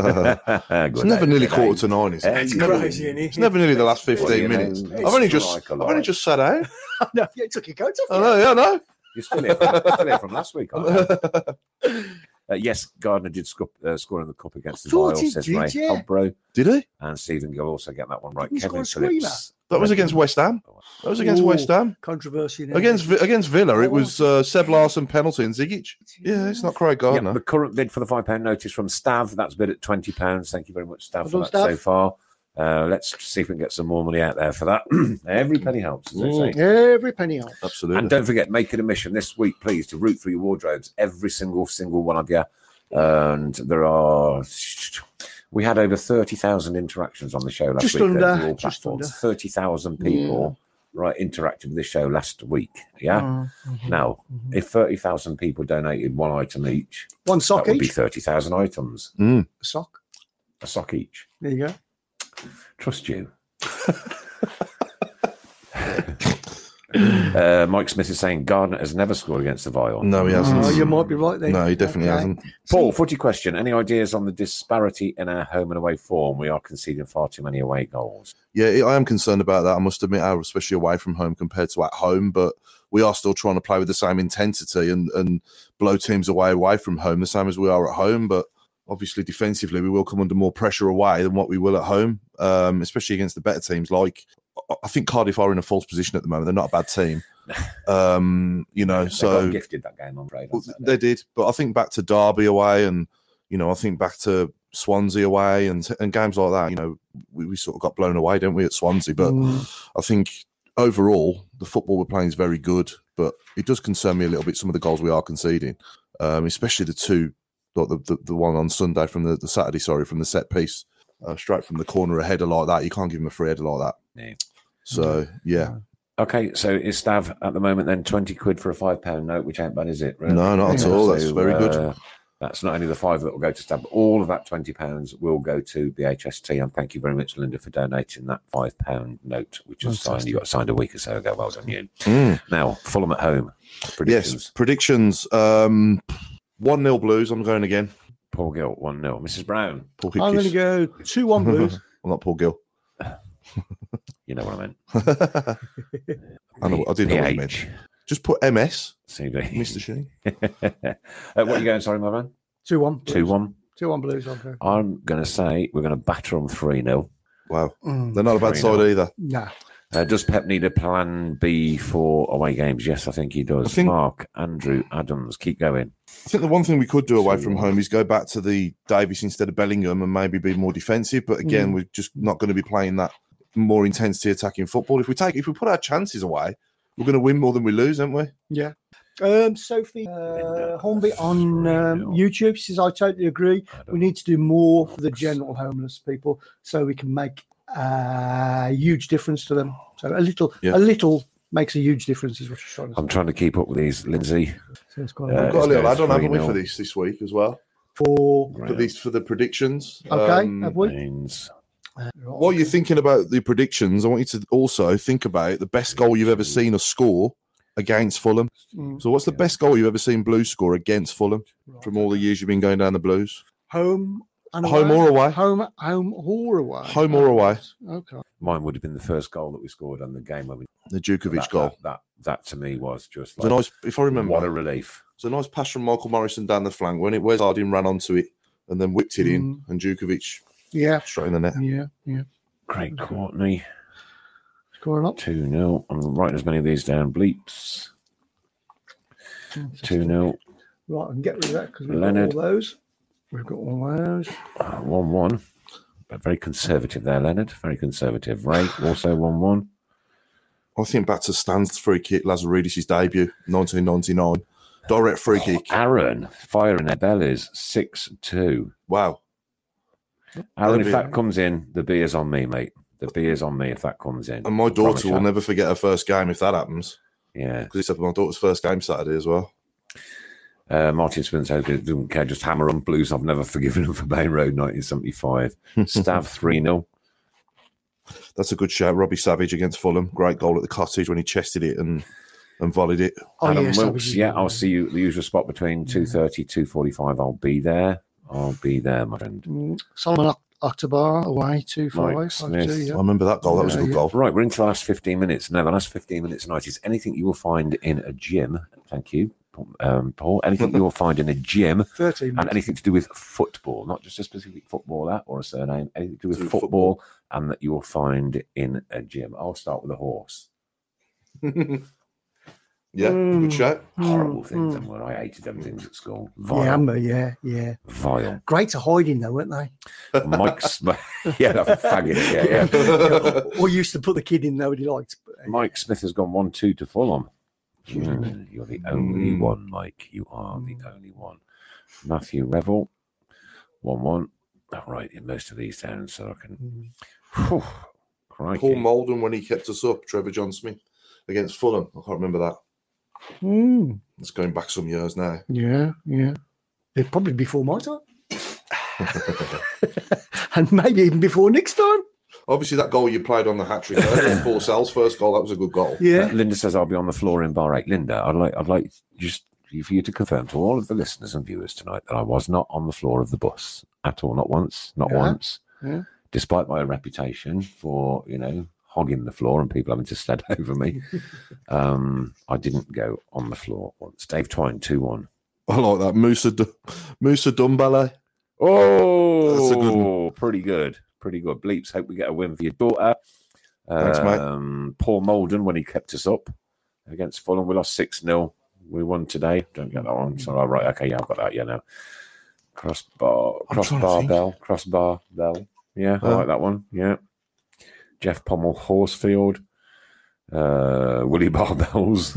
It's never nearly quarter to nine, is it?
It's
It's never,
crazy, isn't it?
it's never nearly the last fifteen
Well, you know,
minutes.
it's
I've only just,
like a
I've
lot.
only just sat out.
no, yeah, he took your coat
I
off.
know, yeah, I know.
You're still here from, still here from last week. Aren't you? Uh, yes, Gardner did sco- uh, score in the cup against
I
the
thought
Vile,
he
says
did,
Ray
yeah.
Hobro.
Did he?
And Stephen Gill also get that one right.
Didn't he
Kevin
score a
Phillips.
That was against West Ham. That was against
Ooh.
West Ham.
Controversy. now.
Against Vi- against Villa,
That
it was uh, Seb Larson penalty and Zigic. Yeah, it's not Craig
Yeah,
Gardner.
the current bid for the £5 notice from Stav. That's bid at £20. Thank you very much, Stav,
Well
for
done,
that so
Stav.
far. Uh, let's see if we can get some more money out there for that. Every penny helps, as they say.
Every penny out.
Absolutely.
And don't forget, make it a mission this week, please, to root for your wardrobes, every single single one of you. And there are, we had over thirty thousand interactions on the show last
Just
week.
under,
over all
just
platforms,
under.
thirty thousand people right interacted with this show last week. Yeah. Now,
Mhm.
if thirty thousand people donated one item each,
One
that
sock
would be
each.
thirty thousand items,
A sock.
a sock each.
There you go.
Trust you. uh, Mike Smith is saying Gardner has never scored against the Vile.
no, he hasn't.
Oh, you might be right there.
no, he definitely
Okay.
hasn't.
Paul, footy question. Any ideas on the disparity in our home and away form? We are conceding far too many away goals.
Yeah, I am concerned about that. I must admit, uh, especially away from home compared to at home, but we are still trying to play with the same intensity and, and blow teams away away from home, the same as we are at home. But obviously, defensively, we will come under more pressure away than what we will at home, um, especially against the better teams. Like, I- I think Cardiff are in a false position at the moment. They're not a bad team. Um, you know,
They
so
got gifted that game, I'm afraid. on
well,
Saturday.
they did, but I think back to Derby away, and you know, I think back to Swansea away, and and games like that. You know, we, we sort of got blown away, don't we, at Swansea?
Mm.
But
Mm.
I think overall, the football we're playing is very good, but it does concern me a little bit. Some of the goals we are conceding, um, especially the two, like the, the the one on Sunday from the, the Saturday, sorry, from the set piece, uh, straight from the corner, a header like that. You can't give him a free header like that.
No.
So yeah,
Okay, so is Stav at the moment then 20 quid for a £5 note, which ain't bad, is it? Really?
No, not
at
all. That's very good.
uh, that's not only the five that will go to Stav, but all of that £20 will go to the HST. And thank you very much, Linda, for donating that £5 note, which is signed. You got signed a week or so ago. Well done, you.
Mm.
Now, Fulham at home. Predictions.
yes, predictions. Um, one 0 Blues. I'm going again.
Paul Gill, 1 0. Mrs. Brown,
Paul Hickey.
I'm going to go 2 1 Blues.
I'm not Paul Gill.
you know what I meant.
I, know, I did know what you meant.
PH.
Just put MS,
CV.
Mr. Sheen.
uh, what are you going? Sorry, my man.
2 1.
Two one.
2 1 Blues. I'm going.
I'm going to say we're going to batter them three 0
Wow.
Mm.
They're not a bad
Three
side
nil.
either.
Nah.
uh, Does Pep need a plan B for away games? Yes, I think he does.
I think-
Mark, Andrew, Adams, keep going.
I think the one thing we could do away
Two
from
one.
home is go back to the Davis instead of Bellingham and maybe be more defensive. But again,
Mm.
we're just not going to be playing that more intensity attacking football. If we take, if we put our chances away, we're going to win more than we lose, aren't we?
Yeah. Um, Sophie uh, Hornby on um, YouTube says, I totally agree. We need to do more for the general homeless people so we can make a huge difference to them. So a little,
Yeah.
a little makes a huge difference, is what you're trying to say.
I'm trying to keep up with these, Lindsay.
So it's quite
Uh,
We've got
let's
a little
go
add on, haven't we,
3-0.
for this this week as well?
for,
For these for the predictions.
okay,
Um,
have we? Uh,
Names.
While you're thinking about the predictions, I want you to also think about the best goal you've ever seen us score against Fulham.
Mm.
So, what's the
Yeah.
best goal you've ever seen Blues score against Fulham
Right.
from all the years you've been going down the Blues?
home and
Home or away?
Home, home or away?
Home or away?
Okay.
Mine would have been the first goal that we scored on the game when we
The Djokovic
that,
goal.
That, that that to me was just
It's a
like
nice, if I remember,
what a relief.
it's a nice pass from Michael Morrison down the flank when it Wes Harding ran onto it and then whipped it in, and Djokovic
Yeah.
straight in the net.
Yeah. Yeah.
Great Courtney.
score or not.
2 0. I'm writing as many of these down. Bleeps. 2 0.
Right, and get rid of that because we've
Leonard.
got all those. We've got all those.
1 1. Uh, But very conservative there, Leonard. Very conservative. Ray, also 1 1.
I think back to Stan's free kick, Lazaridis' debut, 1999. Direct free kick.
Aaron, fire in their bellies, 6 2.
Wow.
Aaron,
That'd
if
be-
that comes in, the beer's on me, mate. The beer's on me if that comes in.
And my
Promise
daughter will
you.
never forget her first game if that happens,
Yeah.
because it's my daughter's first game Saturday as well.
Uh, Martin Spence didn't care. Just hammer on blues. I've never forgiven him for Bay Road 1975. Stav 3 0.
That's a good shout. Robbie Savage against Fulham. Great goal at the cottage when he chested it and, and volleyed it.
Oh,
Adam
yes,
Wilkes.
obviously.
Yeah, I'll see you at the usual spot between 2.30, 2.45. I'll be there. I'll be there, my friend.
Mm, Solomon Oct- Octobar away, 2 5.
Mike Smith.
I
yeah.
remember that goal. That was a
Yeah,
good
yeah.
goal.
Right, we're into the last 15 minutes. Now, the last 15 minutes tonight is anything you will find in a gym. Thank you, um, Paul. Anything you will find in a gym
13.
and anything to do with football, not just a specific footballer or a surname, anything to do with
To do with
football, and that you will find in a gym. I'll start with a horse.
Yeah,
Mm.
good shout.
Horrible
Mm,
things
mm.
them were. I hated them things at school. Vile.
Yeah, Amber, yeah, yeah.
Vile.
Great to hide in, though, weren't they?
Mike's. yeah, that faggot. Yeah, yeah.
or used to put the kid in there when he liked. but, uh,
Mike Smith has gone 1 2 to Fulham. Mm, you're the only
Mm.
one, Mike. You are the only one. Matthew Revel, 1 1. All right, in most of these down, so I can.
mm.
Whew, crikey.
Paul Molden when he kept us up. Trevor John Smith against Fulham. I can't remember that.
Mm,
It's going back some years now.
yeah, yeah. They're probably before my time. and maybe even before next time.
Obviously, that goal you played on the hat trick, Paul Sal's first goal, that was a good goal.
Uh,
Yeah.
Linda says I'll be on the floor in bar eight. Linda, I'd like I'd like just for you to confirm to all of the listeners and viewers tonight that I was not on the floor of the bus at all. Not once. Not
Yeah,
once.
yeah.
Despite my reputation for, you know, hogging the floor and people having to stand over me. um, I didn't go on the floor once. Dave Twine, two one.
I like that. Musa, Du- Musa Dumbele.
Oh
That's a good one.
pretty good. Pretty good. Bleeps, hope we get a win for your daughter.
Thanks, mate.
Um, Paul Molden when he kept us up against Fulham. We lost 6 0. We won today. Don't get that one. Sorry, all right. Okay, yeah, I've got that. Yeah, now. Crossbar,
I'm trying to
crossbar
think.
bell, crossbar bell. Yeah, I
Uh.
like that one. Yeah. Jeff Pommel, Horsefield. Uh, Willie Barbells.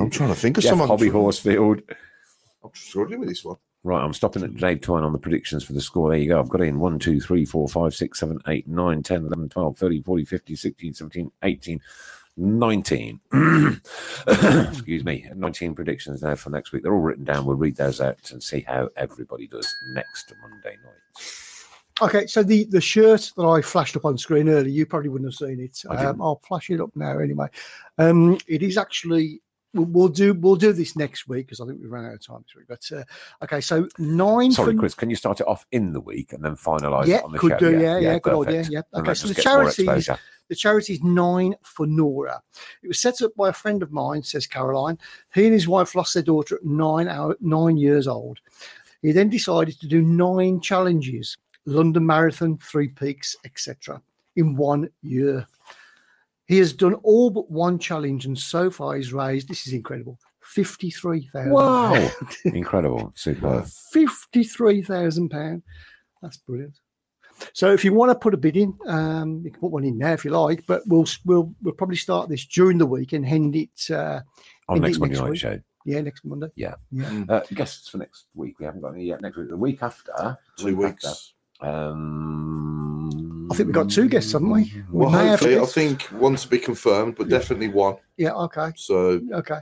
I'm trying to think of
Jeff
someone.
Hobby Horsefield.
I'm struggling with this one.
Right, I'm stopping at Dave Twine on the predictions for the score. There you go. I've got in 1, 2, 3, 4, 5, 6, 7, 8, 9, 10, 11, 12, 13, 14, 15, 16, 17, 18, 19. Excuse me. 19 predictions now for next week. They're all written down. We'll read those out and see how everybody does next Monday night.
Okay, so the, the shirt that I flashed up on screen earlier, you probably wouldn't have seen it.
I didn't.
Um, I'll flash it up now anyway. Um, it is actually we'll, we'll do we'll do this next week because I think we ran out of time this week. But uh, okay, so nine.
Sorry,
from-
Chris, can you start it off in the week and then finalise
Yeah,
it on the
could
show?
do. Yeah, yeah, good idea.
perfect.
Yeah.
And
Okay,
that
so
just
the
gets more
charities-
exposure.
The charity's Nine for Nora. It was set up by a friend of mine, says Caroline. He and his wife lost their daughter at nine, hour, nine years old. He then decided to do nine challenges London Marathon, Three Peaks, etc. in one year. He has done all but one challenge and so far he's raised, this is incredible, 53,000.
Wow. Incredible.
Wow.
Super.
Fifty-three thousand pound. That's brilliant. So if you want to put a bid in, um, you can put one in now if you like. But we'll we'll we'll probably start this during the week and end it. Uh,
On
Indeed,
next Monday
next
night
week.
show.
yeah, next Monday.
Uh, guests for next week. We haven't got any yet. Next week, the week after.
Two
week
weeks.
after, um,
I think we've got two guests, haven't we? We
Well,
may have
hopefully,
to-
I think one to be confirmed, but definitely one.
Yeah. Okay.
So
Okay.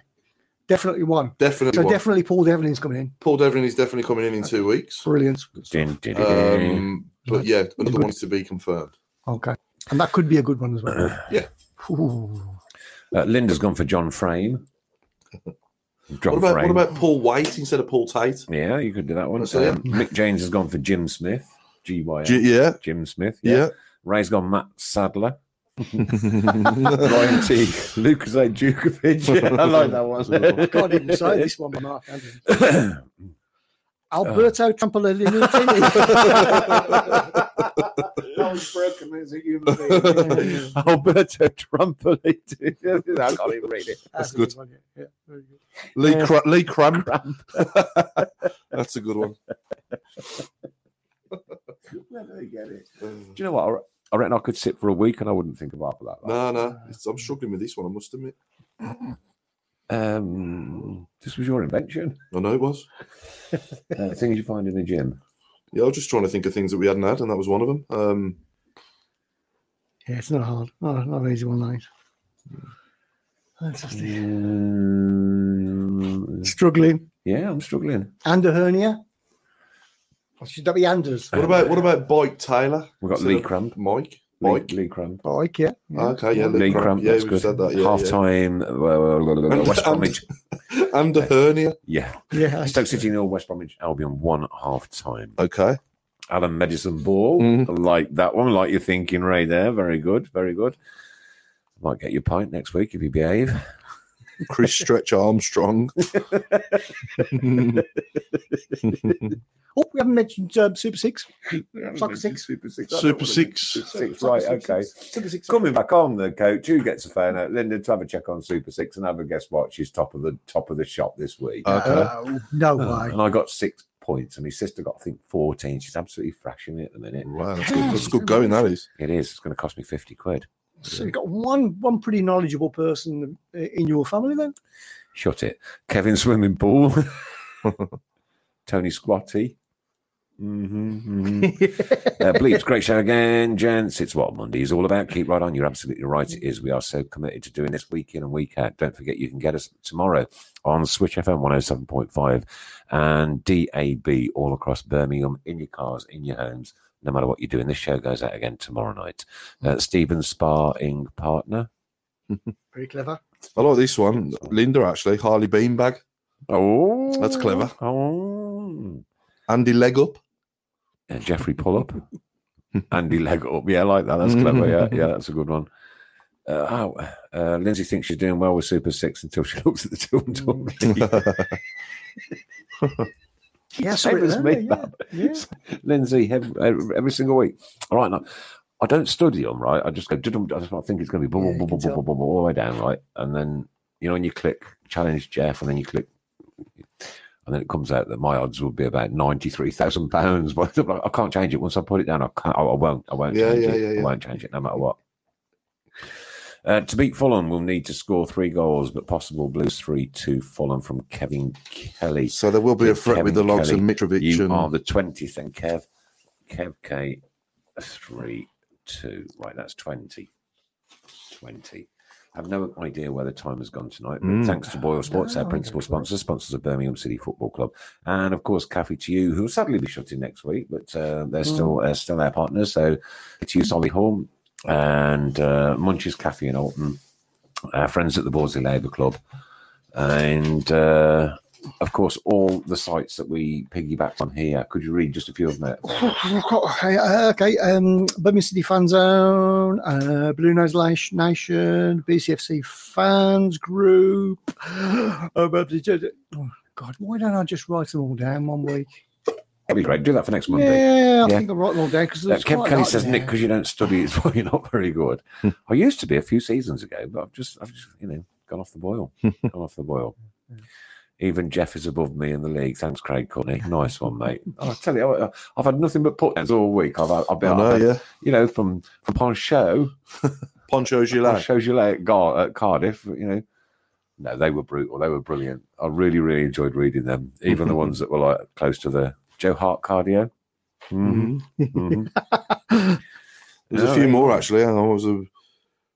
Definitely one.
definitely
So
one.
definitely Paul Devlin's coming in.
Paul Devlin is definitely coming in in two weeks.
Brilliant.
Dun, dun, dun, dun.
Um, but yeah, another one's to be confirmed.
Okay. And that could be a good one as well.
Uh, Yeah.
Ooh.
Uh, Linda's gone for John Frame. John
What about
Frame.
what about Paul White instead of Paul Tate?
Yeah, you could do that one.
That's it.
Um, Mick James has gone for Jim Smith. G Y
G-
M.
yeah,
Jim Smith.
yeah.
Ray's gone Matt Sadler. Ryan T. Lucas A. Djukovic. I like that
I
one.
can't even say this one, by Mark. Anderson. Alberto Trampolini. That was broken as a human being. Yeah.
Alberto Trampoli. I can't even read it.
That's
a
good.
one, yeah. Yeah, very good.
Lee, Cra- Lee Cram.
Cramp.
That's a good one. Uh,
Do you know what? I re- I reckon I could sit for a week and I wouldn't think about that.
No, no, it's, I'm struggling with this one. I must admit.
Um, this was your invention.
I know it was.
Uh, things you find in a gym.
Yeah, I was just trying to think of things that we hadn't had, and that was one of them. Um,
Yeah, it's not hard. Not, not an easy one, night. Fantastic.
Mm,
Struggling.
yeah, I'm struggling.
And a hernia. Or should that be Anders?
what about what about Bike Taylor?
Uh, We've got
Instead
Lee
of
Cramp.
Mike.
Lee,
Mike.
Lee Cramp.
Bike, yeah. yeah.
Okay, yeah, Lee,
Lee
Cramp.
Cramp.
Yeah,
that's
we've
good.
said that. Yeah,
Half
yeah.
time. uh, West
and-
Bromwich.
And a hernia.
Yeah.
yeah.
Stoke City nil. West Bromwich Albion one half time.
Okay.
Alan Medicine Ball,
Mhm.
like that one, like you're thinking, Ray. There, very good, very good. Might get your pint next week if you behave.
Chris Stretch Armstrong.
Oh, we haven't mentioned um, Super Six. Soccer Six.
Super Six.
Super Six.
Six, right, okay.
Super Six.
Coming back on, the coach who gets a phone out, Linda, to have a check on Super Six and have a guess what? She's top of the top of the shop this week.
Okay.
Oh, no way.
and I got six points, and my sister got, I think, 14. She's absolutely thrashing it at the minute.
Wow, that's good. That's good going. That is.
It is. It's going to cost me 50 quid.
So you've got one one pretty knowledgeable person in your family then.
Shut it. Kevin Swimming Pool. Tony Squatty. Mm-hmm,
Hmm.
uh, Bleeps, great show again, gents. It's what Monday is all about. Keep right on. You're absolutely right. It is. We are so committed to doing this week in and week out. Don't forget, you can get us tomorrow on Switch FM 107.5 and DAB all across Birmingham, in your cars, in your homes, no matter what you're doing. This show goes out again tomorrow night. Uh, Stephen Sparring Partner.
Very clever.
I like this one. Linda actually. Harley Beanbag.
Oh,
That's clever.
Oh.
Andy Leg Up.
Uh, Jeffrey pull up, Andy leg up. Yeah, I like that. That's clever. Yeah, yeah, that's a good one. Uh, oh, uh, Lindsay thinks she's doing well with Super Six until she looks at the two and
Yeah,
Same as me.
Yeah. yeah.
Lindsay every, every single week. All right, now I don't study them. Right, I just go. "Dudum," I just I think it's going to be blah,
Yeah,
blah,
you
blah,
can
blah,
tell.
blah, blah, blah, all the way down. Right, and then you know when you click challenge Jeff, and then you click. And then it comes out that my odds would be about ninety-three thousand pounds. But I'm like, I can't change it once I put it down. I can't. I, I won't. I won't
Yeah,
change
yeah,
it.
yeah, yeah.
I won't change it no matter what. Uh, to beat Fulham, we'll need to score three goals, but possible Blues three-two Fulham from Kevin Kelly.
So there will be a threat with the
Kevin
likes of
Kelly,
Mitrovic
You
and
are the twentieth, and Kev, Kev K, three, two. Right, that's twenty. Twenty. I have no idea where the time has gone tonight, but
Mm.
thanks to Boyle Sports,
No,
our principal
that's
sponsors, sponsors of Birmingham City Football Club, and of course Cafe to You, who will sadly be shutting next week, but uh, they're still uh, still our partners. So to you, Solly Hall, and uh, Munch's Cafe in Alton, our friends at the Borsley Labour Club, and uh, of course, all the sites that we piggybacked on here. Could you read just a few of them?
okay, uh, okay. Um, Birmingham City Fan Zone, uh, Blue Nose Lash Nation, BCFC Fans Group. Oh, but did you- oh, God, why don't I just write them all down one week?
That'd be great. Do that for next Monday.
Yeah, I
Yeah.
think I'll write them all down because
Uh, Kev Kelly says, Nick, because you don't study, it's why you're not very good. I used to be a few seasons ago, but I've just, I've just, you know, gone off the boil. gone off the boil. Even Jeff is above me in the league. Thanks, Craig Courtney. Nice one, mate. Oh, I tell you, I, I've had nothing but put downs all week. I've, I've
I
been,
know,
I've had,
yeah.
you know, from from Poncho,
Poncho Gillard.
Poncho Gillet at, Gar- at Cardiff. You know, no, they were brutal. They were brilliant. I really, really enjoyed reading them, even the ones that were like close to the Joe Hart cardio. Mhm,
Mhm.
mhm.
There's a
No,
few
yeah.
more actually. Hang on, was a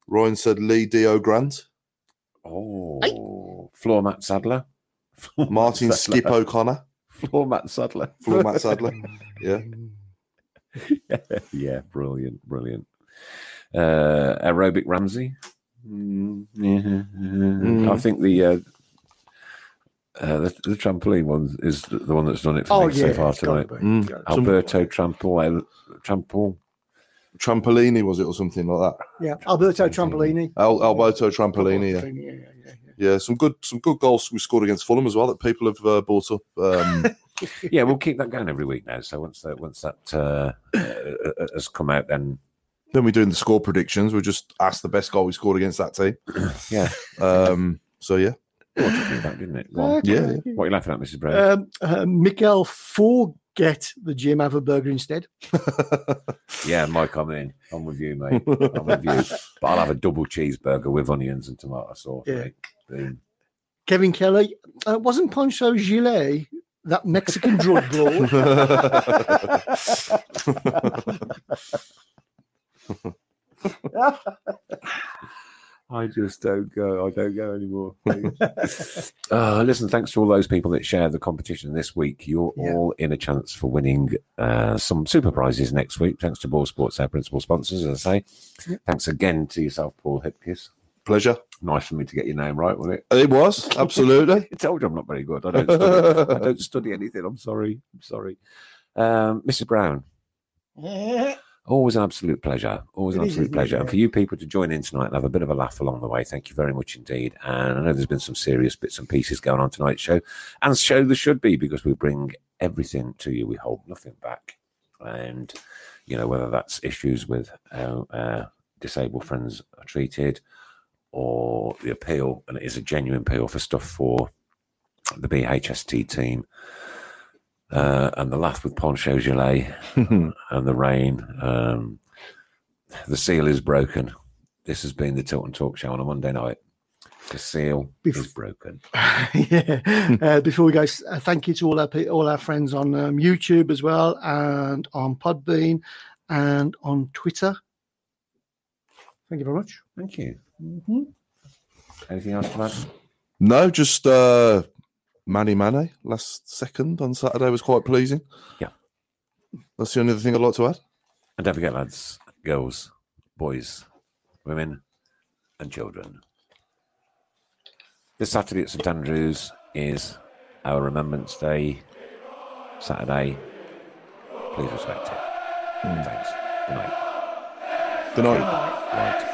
Ryan said Lee Dio Grant,
Oh, floor mat Sadler. Floor mat
Martin
Sadler.
Skip O'Connor,
Floor mat Sadler.
Floor Matt Sadler. Yeah,
yeah, brilliant, brilliant. Uh, aerobic Ramsey. Mm, I
Mm.
think the. Uh, uh, the, the trampoline one is the the one that's done it for
Oh,
me
yeah.
so far
it's gotta
tonight.
be,
Mm.
gotta be.
Alberto Trampol, Trampol,
Trampolini was it or something like that?
Yeah, Alberto Trampolini.
Al- Alberto Trampolini. Yeah.
yeah, yeah, yeah.
yeah, some good, some good goals we scored against Fulham as well that people have uh, brought up. Um,
yeah, we'll keep that going every week now. So once that once that uh, uh, has come out, then
Then we're doing the score predictions. We'll just ask the best goal we scored against that team.
yeah,
Um, so yeah,
what did you think about, didn't it? Well,
yeah,
what are you laughing at, Mrs. Brown?
Um, uh, Miguel forget the Jim Haverburger instead.
yeah, Mike, I'm in. I'm with you, mate. I'm with you. But I'll have a double cheeseburger with onions and tomato sauce.
Yeah.
Mate. Boom.
Kevin Kelly uh, wasn't Poncho Gillet that Mexican drug lord.
I just don't go. I don't go anymore. uh, listen, thanks to all those people that shared the competition this week. You're
Yeah.
all in a chance for winning uh, some super prizes next week. Thanks to Ball Sports, our principal sponsors, as I say. Thanks again to yourself, Paul Hipkiss.
pleasure.
Nice for me to get your name right, wasn't it?
It was absolutely.
I told you I'm not very good. I don't study, I don't study anything. I'm sorry. I'm sorry. Um, Mrs. Brown, always an absolute pleasure. Always an
It is,
absolute
isn't it?
pleasure. And for you people to join in tonight and have a bit of a laugh along the way, thank you very much indeed. And I know there's been some serious bits and pieces going on tonight's show, and show there should be because we bring everything to you. We hold nothing back. And, you know, whether that's issues with how uh, disabled friends are treated or the appeal, and it is a genuine appeal for stuff for the BHST team, uh, and the laugh with Poncho Gillet, and the rain. Um, the seal is broken. This has been the Tilton Talk Show on a Monday night. The seal
Bef-
is broken.
yeah. Uh, before we go, s- uh, thank you to all our pe- all our friends on um, YouTube as well, and on Podbean, and on Twitter. Thank you very much.
Thank you. Anything else to add?
No, just uh, Manny Mane last second on Saturday was quite pleasing.
Yeah.
that's the only other thing I'd like to add.
And don't forget, lads, girls, boys, women, and children. This Saturday at St Andrews is our Remembrance Day. Saturday. Please respect it. Thanks. Good night.
Good night.
Right.